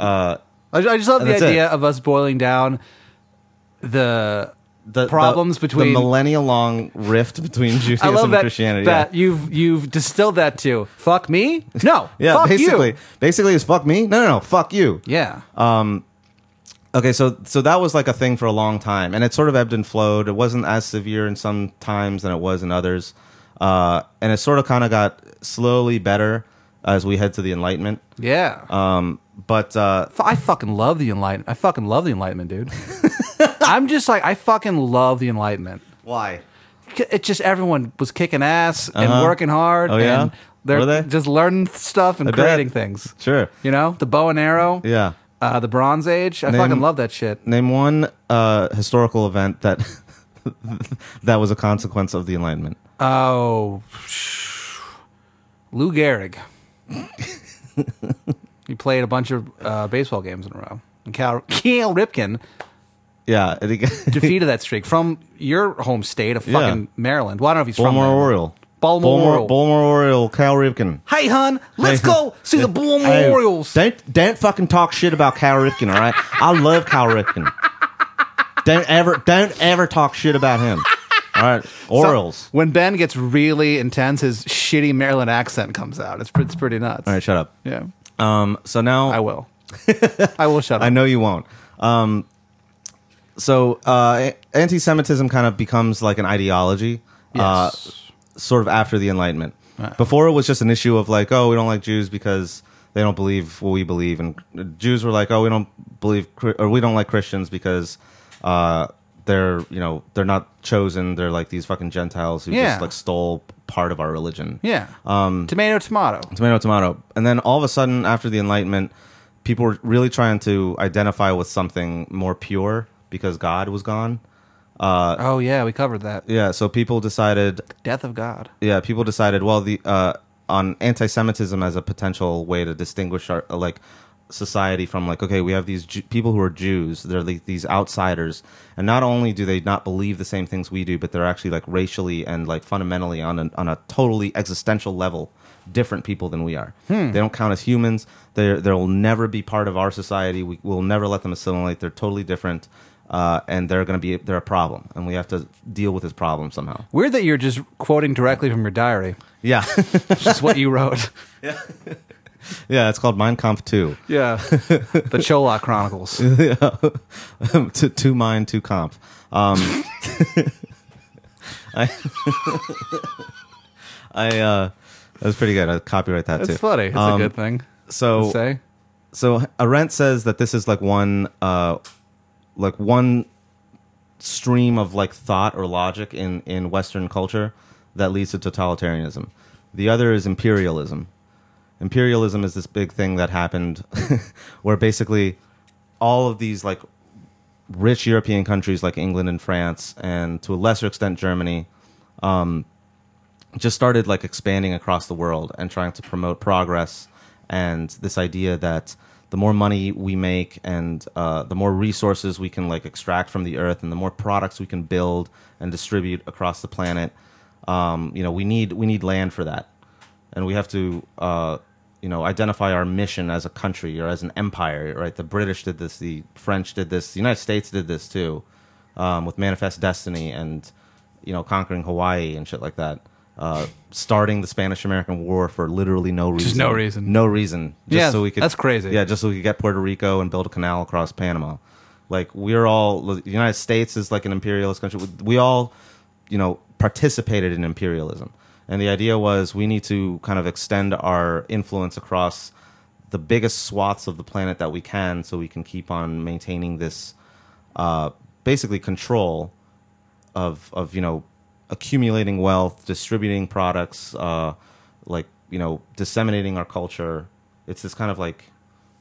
I, I just love the that's it. idea of us boiling down the. The Problems the, between- the millennia long rift between I Judaism love and that, Christianity. that yeah. you've you've distilled that to fuck me. No, Yeah, fuck basically, Uh, you. basically, it's fuck me. No, no, no, fuck you. Yeah, Okay, so so that was like a thing for a long time, and it sort of ebbed and flowed. It wasn't as severe in some times than it was in others, uh, and it sort of kind of got slowly better as we head to the Enlightenment. yeah. Um, but uh, F- I fucking love the enlightenment. I fucking love the enlightenment, dude. I'm just like I fucking love the enlightenment. why? it's just everyone was kicking ass and Uh-huh. working hard. Oh, yeah? and they're Were they? just learning stuff and I bet. creating things. Sure. You know, the bow and arrow, Yeah. uh, the Bronze Age. I Name- fucking love that shit. Name one uh, historical event that that was a consequence of the Enlightenment. Oh, Lou Gehrig. he played a bunch of uh, baseball games in a row. And Cal, Cal Ripken Yeah. I think- defeated that streak from your home state of Yeah. fucking Maryland. Well, I don't know if he's Baltimore from Maryland. Oriole. Baltimore Oriole. Baltimore Oriole. Cal Ripken. Hey, hun, let's Hey. go see the Baltimore Hey, Orioles. Don't don't fucking talk shit about Cal Ripken, all right? I love Cal Ripken. Don't ever don't ever talk shit about him. All right, Orioles. When Ben gets really intense, his shitty Maryland accent comes out. It's, pre- it's pretty nuts. all right, shut up. Yeah, Um, so now I will. I will shut up. I know you won't. Um, so uh, anti-Semitism kind of becomes like an ideology, uh, Yes. sort of after the Enlightenment. Before it was just an issue of like, oh, we don't like Jews because they don't believe what we believe, and Jews were like, oh, we don't believe Chri- or we don't like Christians because uh, they're you know they're not chosen. They're like these fucking Gentiles who Yeah. just like stole part of our religion. yeah. um, tomato, tomato. Tomato, tomato. And then all of a sudden, after the Enlightenment, people were really trying to identify with something more pure because God was gone. uh, oh yeah, we covered that. Yeah, so people decided. Death of God. Yeah, people decided. Well, the uh, on anti-Semitism as a potential way to distinguish our uh, like society from like okay, we have these Ju- people who are Jews. They're like these outsiders, and not only do they not believe the same things we do, but they're actually like racially and like fundamentally on an, on a totally existential level different people than we are. They don't count as humans. They they will never be part of our society. We will never let them assimilate. They're totally different. Uh, and they're going to be they're a problem, and we have to deal with this problem somehow. Weird that you're just quoting directly from your diary, Yeah, which is what you wrote. yeah, it's called Mein Kampf 2. Yeah, the Cholak Chronicles. to, to mine, to comp. Um, I, I, uh, that was pretty good. I copyright that too. It's funny. It's Um, a good thing. So, to say so Arendt says that this is like one, uh, like one stream of like thought or logic in in Western culture that leads to totalitarianism. The other is imperialism. Imperialism is this big thing that happened where basically all of these like rich European countries like England and France and to a lesser extent Germany um, just started like expanding across the world and trying to promote progress and this idea that the more money we make and uh, the more resources we can like extract from the earth and the more products we can build and distribute across the planet um, you know we need we need land for that and we have to uh, you know identify our mission as a country or as an empire right the british did this the french did this the united states did this too um, with manifest destiny and you know conquering hawaii and shit like that uh, starting the spanish american war for literally no reason no reason. no reason just Yeah, so we could that's crazy. yeah just so we could get puerto rico and build a canal across panama like we're all the united states is like an imperialist country we all you know participated in imperialism and the idea was we need to kind of extend our influence across the biggest swaths of the planet that we can so we can keep on maintaining this uh, basically control of of you know accumulating wealth, distributing products, uh, like you know disseminating our culture. It's this kind of like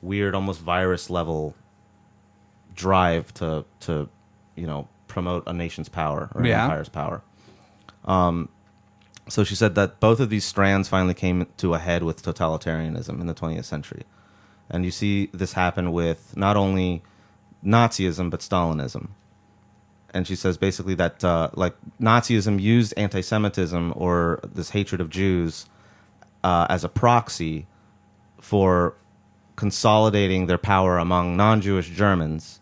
weird, almost virus level drive to to you know promote a nation's power or an Yeah. empire's power. Um, so she said that both of these strands finally came to a head with totalitarianism in the 20th century, and you see this happen with not only Nazism but Stalinism and she says basically that uh, like Nazism used anti-Semitism or this hatred of Jews uh, as a proxy for consolidating their power among non-Jewish Germans,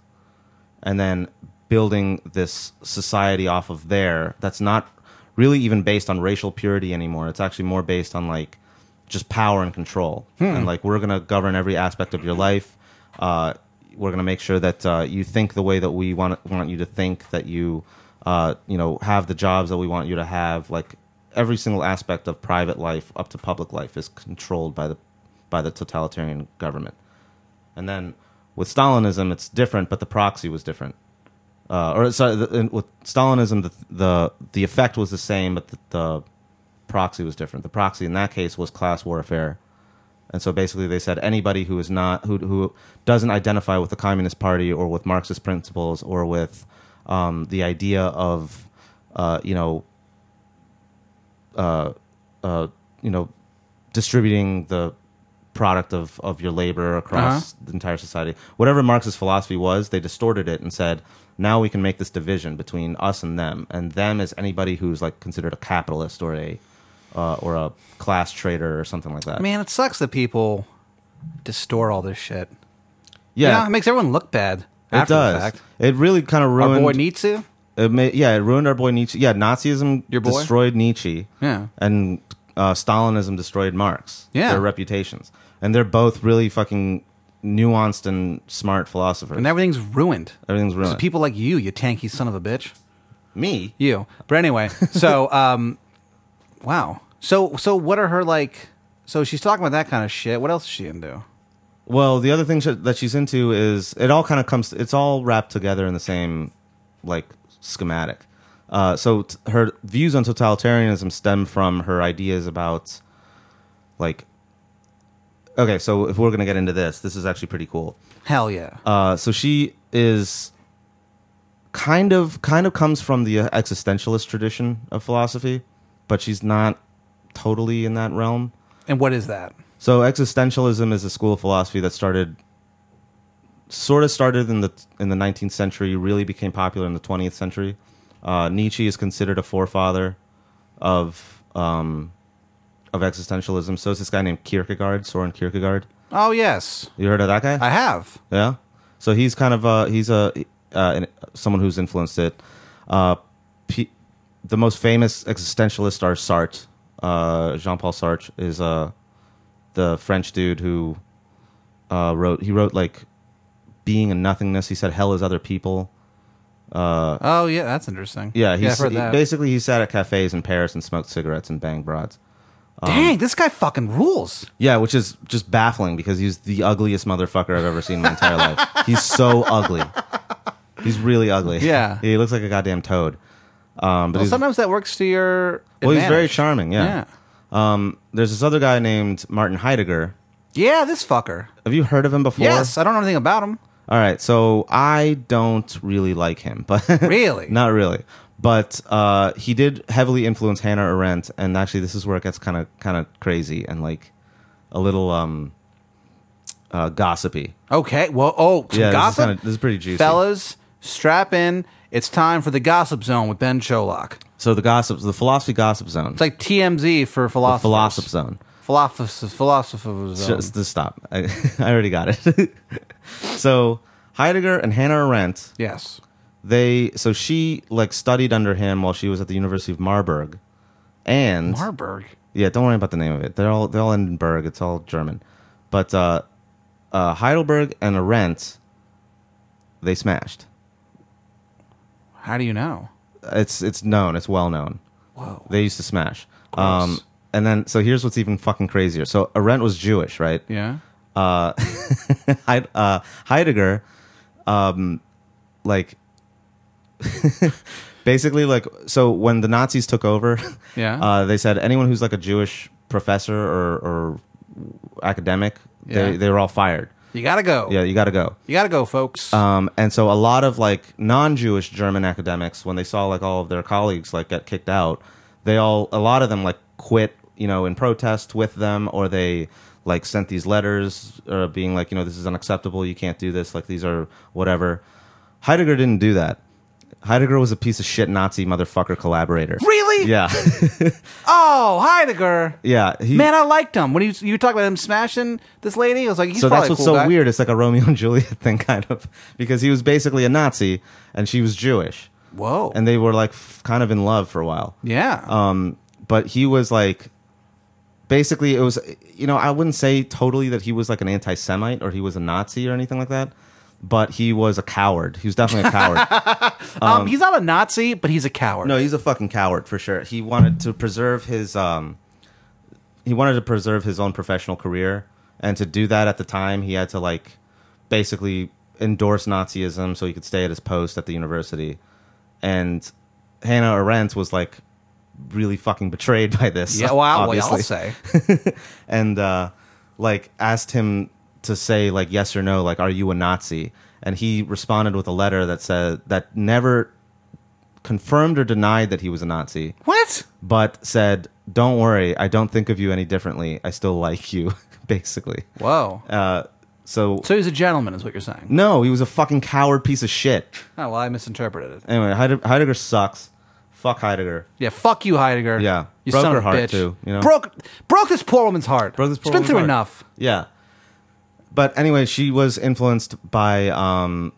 and then building this society off of there that's not really even based on racial purity anymore. It's actually more based on like just power and control, and like we're gonna govern every aspect of your life. Uh, we're gonna make sure that uh, you think the way that we want want you to think. That you uh, you know have the jobs that we want you to have. Like every single aspect of private life up to public life is controlled by the by the totalitarian government. And then with Stalinism, it's different, but the proxy was different. uh, or sorry, the, in- with Stalinism, the, the the effect was the same, but the, the proxy was different. The proxy in that case was class warfare, and so basically they said anybody who is not who who doesn't identify with the Communist Party or with Marxist principles or with um, the idea of uh, you know uh, uh, you know distributing the product of, of your labor across the entire society. Whatever Marxist philosophy was, they distorted it and said, now we can make this division between us and them. And them is anybody who's like considered a capitalist or a uh, or a class trader or something like that. Man, it sucks that people distort all this shit. yeah, You know, it makes everyone look bad. it after The does. fact. It really kind of Our ruined. boy Nietzsche. it ma- yeah, it ruined our boy Nietzsche. Yeah, Nazism Your boy? destroyed Nietzsche. Yeah. and uh, Stalinism destroyed Marx. Yeah. their reputations, and they're both really fucking nuanced and smart philosophers. And everything's ruined. Everything's So ruined. people like you, you tanky son of a bitch. Me, You. But anyway, so um wow. So so what are her like so she's talking about that kind of shit. What else is she into? well, the other thing sh- that she's into is it all kind of comes. It's all wrapped together in the same like schematic. Uh, so t- her views on totalitarianism stem from her ideas about like. Okay, so if we're gonna get into this, this is actually pretty cool. Hell yeah. Uh, so she is kind of kind of comes from the uh, existentialist tradition of philosophy, but she's not totally in that realm. And what is that? So existentialism is a school of philosophy that started sort of started in the in the 19th century, really became popular in the 20th century. Uh, Nietzsche is considered a forefather of um, of existentialism. So is this guy named Kierkegaard, Soren Kierkegaard. Oh yes. You heard of that guy? I have. Yeah. So he's kind of uh he's a uh, an, someone who's influenced it. Uh, P- the most famous existentialists are Sartre. Uh, Jean-Paul Sartre is uh the French dude who uh wrote he wrote like being and nothingness. He said hell is other people. Oh yeah, that's interesting. Yeah, he's, I've heard he- that. basically he sat at cafes in Paris and smoked cigarettes and banged broads. Dang, this guy fucking rules. Yeah, which is just baffling because he's the ugliest motherfucker I've ever seen in my entire life. He's so ugly. He's really ugly. Yeah. he looks like a goddamn toad. Um, but Well, he's, sometimes that works to your well, he's very advantage. charming. Yeah. Um, there's this other guy named Martin Heidegger. Yeah, this fucker. Have you heard of him before? Yes, I don't know anything about him. All right, so I don't really like him, but Really? not really. But uh, he did heavily influence Hannah Arendt, and actually, this is where it gets kind of kind of crazy and like a little um, uh, gossipy. Okay. Well, oh, some Yeah, this is gossip. kinda- this is pretty juicy. fellas. Strap in. It's time for the gossip zone with Ben Cholock. So the gossips, the philosophy gossip zone, It's like TMZ for philosophers. philosophy zone. Philosophers. Philosophers. Zone. Just, just stop. I, I already got it. so Heidegger and Hannah Arendt, yes. they so she like studied under him while she was at the University of Marburg, and Marburg. yeah, don't worry about the name of it. They're all they're all in Berg. It's all German, but uh, uh, Heidelberg and Arendt, they smashed. How do you know? It's it's known. It's well known. Whoa. They used to smash. Gross. Um, and then so here's what's even fucking crazier. So Arendt was Jewish, right? Yeah. uh, Heid- uh, Heidegger, um, like, basically, like, so when the Nazis took over, Yeah. uh, they said anyone who's like a Jewish professor or, or academic, Yeah. they, they were all fired. You gotta go. Yeah, you got to go. You gotta go, folks. Um, and so a lot of like non-Jewish German academics, when they saw like all of their colleagues like get kicked out, they all a lot of them like quit, you know, in protest with them, or they like sent these letters uh, being like, you know, this is unacceptable, you can't do this, like these are whatever. Heidegger didn't do that. Heidegger was a piece of shit Nazi motherfucker collaborator. really? Yeah, Oh, Heidegger. yeah. He, Man, I liked him. When you you talk about him smashing this lady, I was like, he's so probably that's what's a cool so guy. weird. It's like a Romeo and Juliet thing, kind of, because he was basically a Nazi and she was Jewish. Whoa. and they were like f- kind of in love for a while. yeah. Um, but he was like, basically, it was you know I wouldn't say totally that he was like an anti-Semite or he was a Nazi or anything like that, but he was a coward. He was definitely a coward. um, he's not a Nazi, but he's a coward. no, he's a fucking coward for sure. He wanted to preserve his um, he wanted to preserve his own professional career, and to do that at the time, he had to like basically endorsed Nazism so he could stay at his post at the university. And Hannah Arendt was like really fucking betrayed by this. Yeah, well, I'll, well, I'll obviously. say. and uh, like asked him to say like yes or no, like are you a Nazi? And he responded with a letter that said that never confirmed or denied that he was a Nazi, What? but said, "Don't worry, I don't think of you any differently. I still like you." Basically, Whoa. uh, so so he's a gentleman, is what you're saying. no, he was a fucking coward piece of shit. Oh, well, I misinterpreted it. Anyway, Heide- Heidegger sucks. Fuck Heidegger. Yeah, fuck you, Heidegger. Yeah. You Broke son her of a heart, bitch. too, you know? Broke broke this poor woman's heart. Broke this She's poor been woman's through heart. enough. Yeah. But anyway, she was influenced by um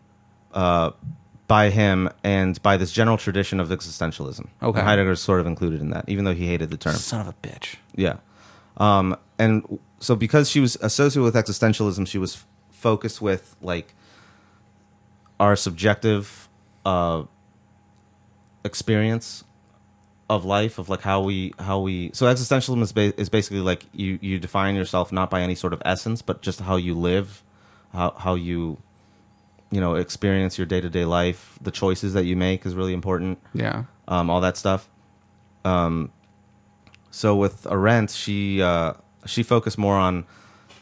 uh by him and by this general tradition of existentialism. Okay. And Heidegger's sort of included in that, even though he hated the term. Son of a bitch. Yeah. Um and so because she was associated with existentialism, she was f- focused with like our subjective uh experience of life of like how we how we so existentialism is, ba- is basically like you you define yourself not by any sort of essence but just how you live how how you you know experience your day-to-day life the choices that you make is really important Yeah. um, all that stuff. Um, so with Arendt, she uh, she focused more on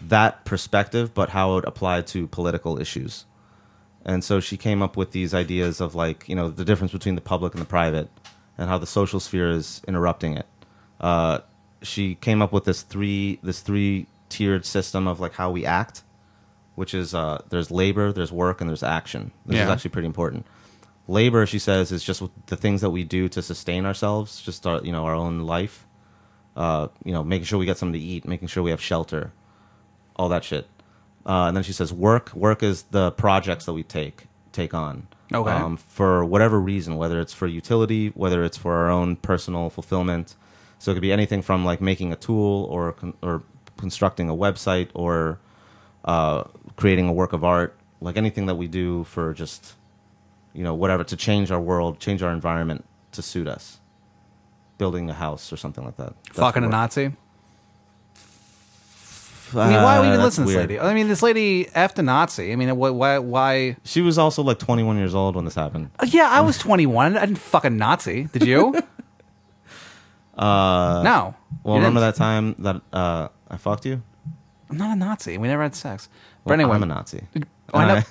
that perspective, but how it applied to political issues. And so she came up with these ideas of like you know the difference between the public and the private, and how the social sphere is interrupting it. Uh, she came up with this three this three tiered system of like how we act, which is uh, there's labor, there's work, and there's action. This is Yeah. actually pretty important labor she says is just the things that we do to sustain ourselves just our you know our own life uh you know making sure we get something to eat making sure we have shelter all that shit uh, and then she says work work is the projects that we take take on Um, Okay. for whatever reason whether it's for utility whether it's for our own personal fulfillment so it could be anything from like making a tool or con- or constructing a website or uh, creating a work of art like anything that we do for just you know, whatever, to change our world, change our environment to suit us. Building a house or something like that. That's Fucking a what- Nazi. I mean, why would we even Uh, listen to this that's weird. lady? I mean, this lady after Nazi. I mean, why? Why? why? She was also like 21 years old when this happened. Uh, Yeah, I was 21. I didn't fucking Nazi. Did you? uh, no. Well, You remember didn't. that time that uh, I fucked you? I'm not a Nazi. We never had sex. But Well, anyway, I'm a Nazi. Oh, I know.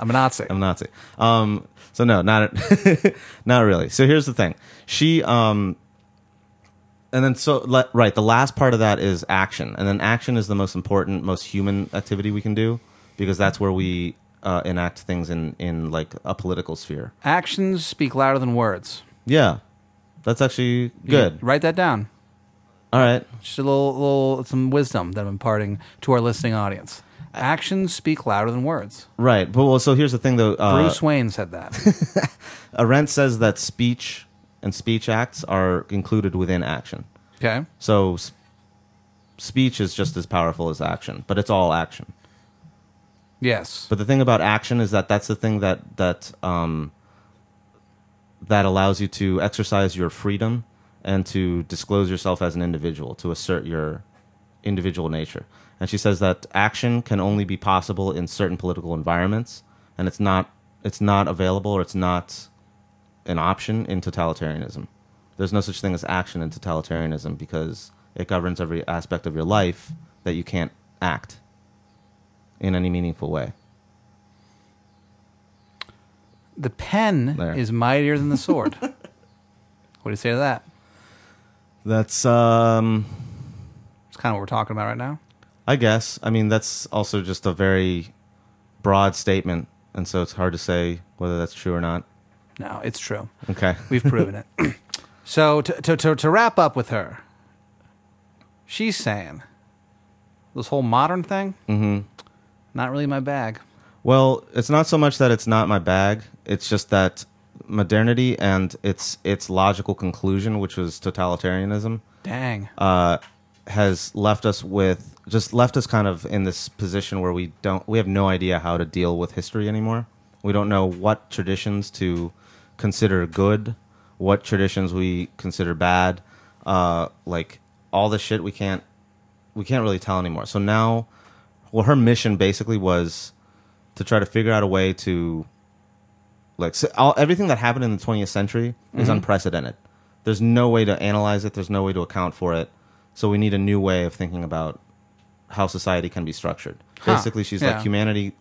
I'm a Nazi. I'm a Nazi. Um, so no, not not really. So here's the thing. She um, and then so le- right. The last part of that is action, and then action is the most important, most human activity we can do because that's where we uh, enact things in in like a political sphere. Actions speak louder than words. Yeah, that's actually You good. can write that down. All right. Just a little, little, some wisdom that I'm imparting to our listening audience. Actions speak louder than words. Right, but well, so here's the thing though. Uh, Bruce Wayne said that. Arendt says that speech and speech acts are included within action. Okay. So s- speech is just as powerful as action, but it's all action. Yes. But the thing about action is that that's the thing that that um, that allows you to exercise your freedom and to disclose yourself as an individual, to assert your individual nature. And she says that action can only be possible in certain political environments, and it's not it's not available or it's not an option in totalitarianism. There's no such thing as action in totalitarianism because it governs every aspect of your life that you can't act in any meaningful way. The pen There. is mightier than the sword. what do you say to that? That's um It's kind of what we're talking about right now. I guess. I mean that's also just a very broad statement and so it's hard to say whether that's true or not. No, it's true. Okay. We've proven it. so to, to, to, to wrap up with her, she's saying this whole modern thing, mm-hmm. not really my bag. Well, it's not so much that it's not my bag. It's just that modernity and its its logical conclusion, which was totalitarianism, Dang. uh, has left us with just left us kind of in this position where we don't we have no idea how to deal with history anymore. We don't know what traditions to consider good, what traditions we consider bad. Uh, like all the shit we can't we can't really tell anymore. So now, well, her mission basically was to try to figure out a way to like so all, everything that happened in the 20th century Mm-hmm. is unprecedented. There's no way to analyze it. There's no way to account for it. So we need a new way of thinking about how society can be structured. Huh. Basically, she's Yeah. like humanity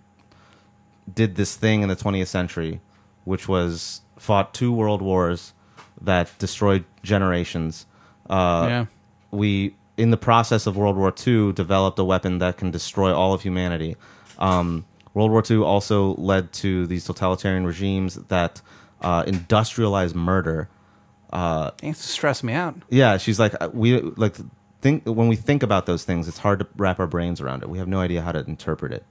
did this thing in the 20th century, which was fought two world wars that destroyed generations. Uh, yeah. we in the process of World War II developed a weapon that can destroy all of humanity. Um, World War II also led to these totalitarian regimes that uh, industrialized murder. It used to stress me out. Yeah, she's like uh, we like think when we think about those things, it's hard to wrap our brains around it. We have no idea how to interpret it.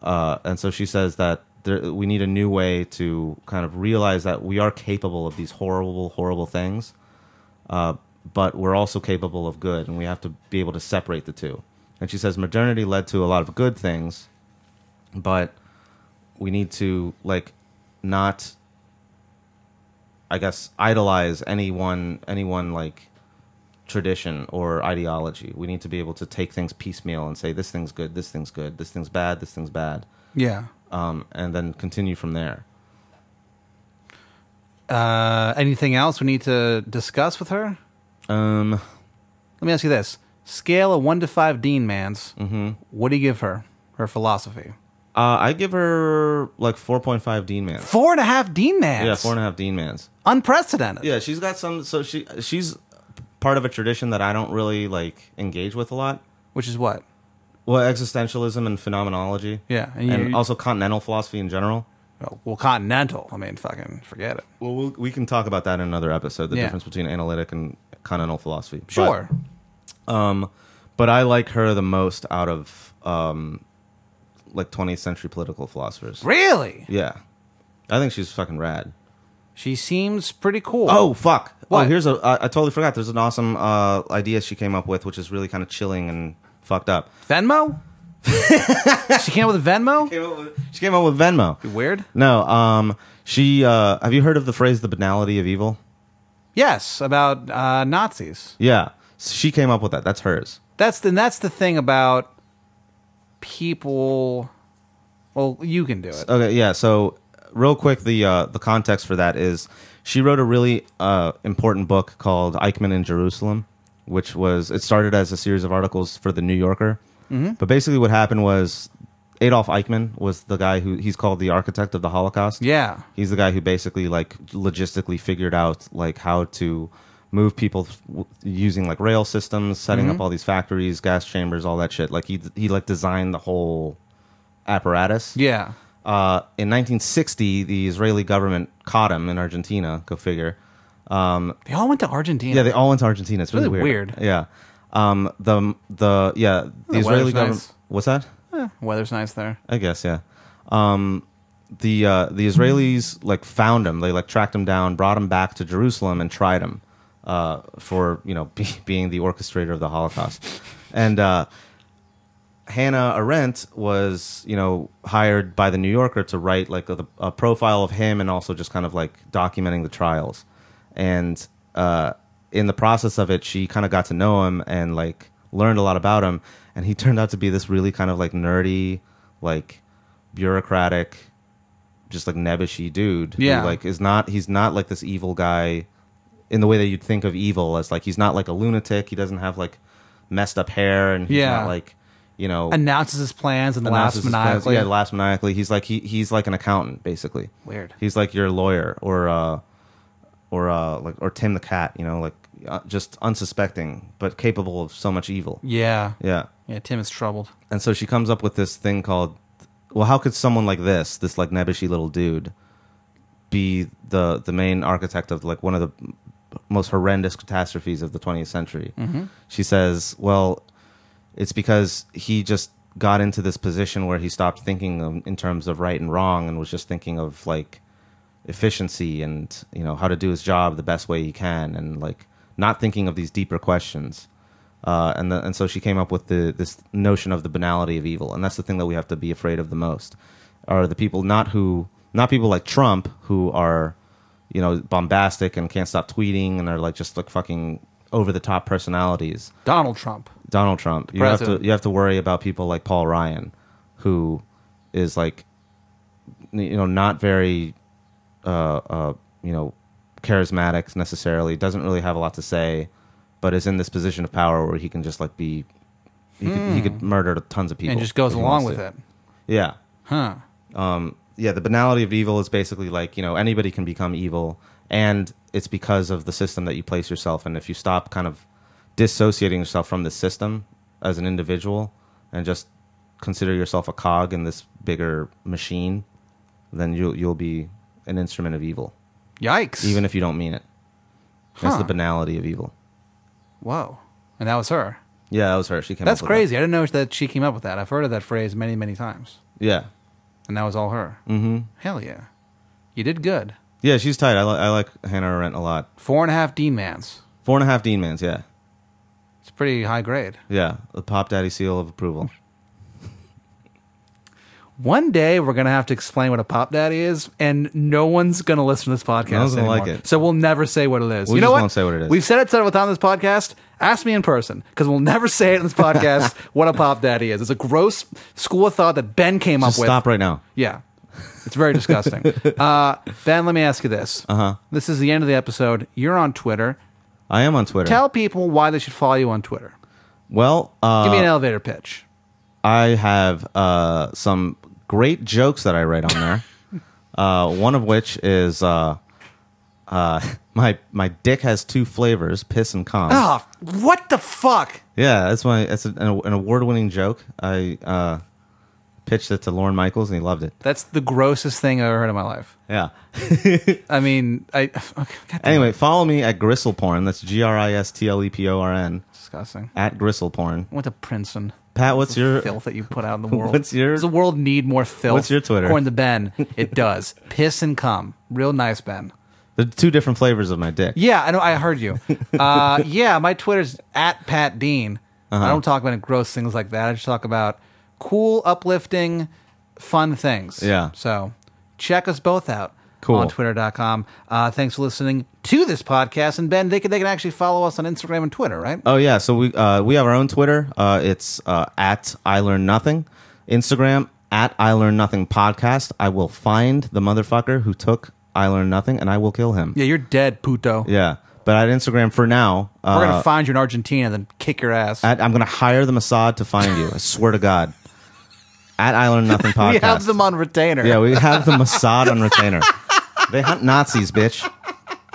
Uh, and so she says that there, we need a new way to kind of realize that we are capable of these horrible, horrible things, uh, but we're also capable of good, and we have to be able to separate the two. And she says modernity led to a lot of good things, but we need to like not, I guess, idolize anyone, anyone like tradition or ideology. We need to be able to take things piecemeal and say this thing's good, this thing's good, this thing's bad, this thing's bad Yeah. um, and then continue from there. Uh, anything else we need to discuss with her? Um, Let me ask you this: scale of one to five, Dean Mans. Mm-hmm. What do you give her? Her philosophy. uh, I give her like 4.5 Dean Mans. Four and a half Dean Mans. Yeah, four and a half Dean Mans. Unprecedented. Yeah, she's got some. So she she's part of a tradition that I don't really like engage with a lot. Which is what? Well, existentialism and phenomenology. Yeah, and and, you- also continental philosophy in general. Well, well, continental. I mean, fucking forget it. Well, we'll we can talk about that in another episode. The Yeah. difference between analytic and continental philosophy. But- Sure. Um, but I like her the most out of um, like 20th century political philosophers. really? Yeah, I think she's fucking rad. She seems pretty cool. Oh fuck! What? Oh, here's a. I, I totally forgot. There's an awesome uh, idea she came up with, which is really kind of chilling and fucked up. Venmo? she came up with Venmo? Came up with, she came up with Venmo. Weird. No, um, she. Uh, have you heard of the phrase "the banality of evil"? Yes, about uh, Nazis. Yeah, she came up with that. That's hers. That's the that's the thing about people. Well, you can do it. Okay, yeah. So, real quick, the uh, the context for that is she wrote a really uh, important book called Eichmann in Jerusalem, which was it started as a series of articles for the New Yorker. But basically, what happened was Adolf Eichmann was the guy who he's called the architect of the Holocaust. Yeah. He's the guy who basically like logistically figured out like how to move people w- using like rail systems, setting up all these factories, gas chambers, all that shit. Like he he like designed the whole apparatus. Yeah. Uh, in 1960, the Israeli government caught him in Argentina. Go figure. They all went to Argentina. Yeah, they all went to Argentina. It's really, Really weird. weird. Oh, Yeah. Um, the the yeah the, Israeli weather's government. nice. What's that? Eh, weather's nice there. I guess yeah. Um, the uh, the Israelis like found him. They like tracked him down, brought him back to Jerusalem, and tried him uh, for you know be, being the orchestrator of the Holocaust. And uh, Hannah Arendt was you know hired by the New Yorker to write like a, a profile of him and also just kind of like documenting the trials. And uh, in the process of it, she kind of got to know him and like learned a lot about him. And he turned out to be this really kind of like nerdy, like bureaucratic, just like nebbishy dude. who, Yeah. like is not he's not like this evil guy in the way that you'd think of evil as like he's not like a lunatic. He doesn't have like messed up hair and he's Yeah. not like you know Announces his plans and laughs announces his plans. maniacally. Yeah, laughs maniacally. He's like he he's like an accountant basically. Weird. He's like your lawyer or uh or uh like or Tim the cat. You know, like uh, just unsuspecting but capable of so much evil. yeah. Yeah. Yeah, Tim is troubled. And so she comes up with this thing called, well, how could someone like this, this like nebbishy little dude, be the the main architect of like one of the most horrendous catastrophes of the 20th century? She says, well, it's because he just got into this position where he stopped thinking of, in terms of right and wrong and was just thinking of like efficiency and you know how to do his job the best way he can and like not thinking of these deeper questions uh, and the, and so she came up with the this notion of the banality of evil and that's the thing that we have to be afraid of the most are the people not who not people like Trump who are you know bombastic and can't stop tweeting and are like just like fucking over the top personalities Donald Trump. Donald Trump. You have to president. you have to worry about people like Paul Ryan, who is is like you know not very uh, uh, you know charismatic necessarily doesn't really have a lot to say but is in this position of power where he can just like be he, could, he could murder tons of people Hmm. and just goes if he along with wants to. it. yeah Huh. yeah the banality of evil is basically like you know anybody can become evil and it's because of the system that you place yourself in if you stop kind of dissociating yourself from the system as an individual and just consider yourself a cog in this bigger machine then you you'll be an instrument of evil Yikes. even if you don't mean it that's Huh. the banality of evil Whoa. And that was her. yeah that was her she came That's up with that. crazy. I didn't know that she came up with that. I've heard of that phrase many, many times. yeah And that was all her. Mm-hmm. Hell yeah. You did good. yeah she's tight i, li- I like hannah arendt a lot Four and a half Dean Mans. four and a half dean mans yeah It's pretty high grade. yeah the pop daddy seal of approval One day we're gonna have to explain what a pop daddy is, and no one's gonna listen to this podcast. No one's gonna anymore. like it. So we'll never say what it is. We you know just what? won't say what it is. We've said it several times on this podcast. Ask me in person because we'll never say it in this podcast what a pop daddy is. It's a gross school of thought that Ben came just up with. stop right now Yeah. It's very disgusting. uh, ben, let me ask you this. Uh-huh. This is the end of the episode. You're on Twitter. I am on Twitter. Tell people why they should follow you on Twitter. well, Give me an uh, elevator pitch. I have uh, some great jokes that I write on there. uh, one of which is uh, uh, my my dick has two flavors: piss and cum. Oh, what the fuck? Yeah, that's my that's an, an award winning joke. I uh, pitched it to Lauren Michaels and he loved it. That's the grossest thing I've ever heard in my life. Yeah. I mean, I okay, God, damn, anyway, follow me at Gristleporn. That's G R I S T L E P O R N disgusting. at Gristleporn. I went to Princeton. Pat, what's your filth that you put out in the world? What's your- Does the world need more filth? What's your Twitter? According to Ben, it does. Piss and cum. Real nice, Ben. the two different flavors of my dick? Yeah, I know. I heard you. Uh, yeah, my Twitter's at Pat Dean. Uh-huh. I don't talk about gross things like that. I just talk about cool, uplifting, fun things. Yeah. So check us both out Cool. on Twitter.com. Uh, thanks for listening to this podcast. And Ben, they can, they can actually follow us on Instagram and Twitter, right? Oh yeah, so we uh, we have our own Twitter. Uh, it's uh, at I learn nothing. Instagram at I learn nothing podcast. I will find the motherfucker who took I learn nothing, and I will kill him. yeah, you're dead, puto. Yeah, but at Instagram for now, uh, We're gonna find you in Argentina and then kick your ass. at, I'm gonna hire the Mossad to find you. I swear to God. At I learn nothing podcast. we have them on retainer. yeah, we have the Mossad on retainer. They hunt Nazis, bitch.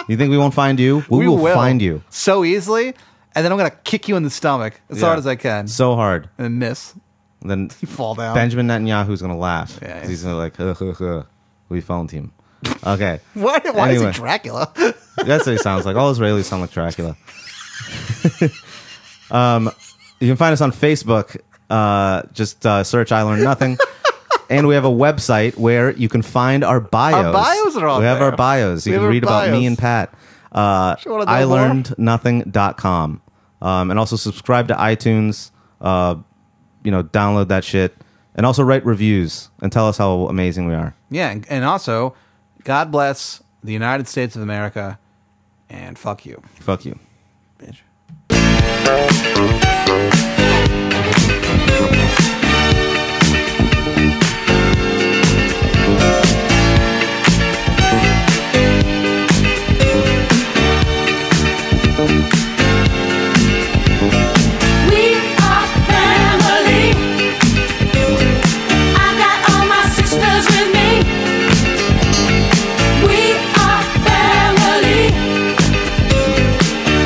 You think we won't find you? We, will, find you. so easily, and then I'm gonna kick you in the stomach as Yeah. hard as I can, So hard. and then miss, Then fall down. Benjamin Netanyahu's gonna laugh. Yeah, yeah. He's gonna like, "Ugh, ugh, ugh. we found him. Okay, Why, why Anyway. is he Dracula? that's what he sounds like. All Israelis sound like Dracula. um, you can find us on Facebook. Uh, just uh, search "I Learned Nothing," and we have a website where you can find our bios. bios are on We have there. our bios. You We have can our read about me bios. and Pat. Uh, Sure wanna know I more? learned nothing.com. Um, and also subscribe to iTunes. Uh, you know, download that shit, and also write reviews and tell us how amazing we are. yeah, and, and also, God bless the United States of America, and fuck you, Fuck you. bitch. We are family. I got all my sisters with me. We are family.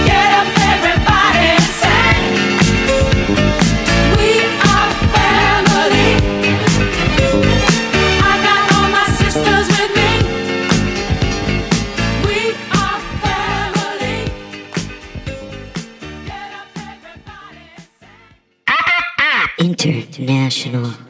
Get up, everybody, and sing. We are family. I got all my sisters with me. We are family. Get up, everybody, and sing. International.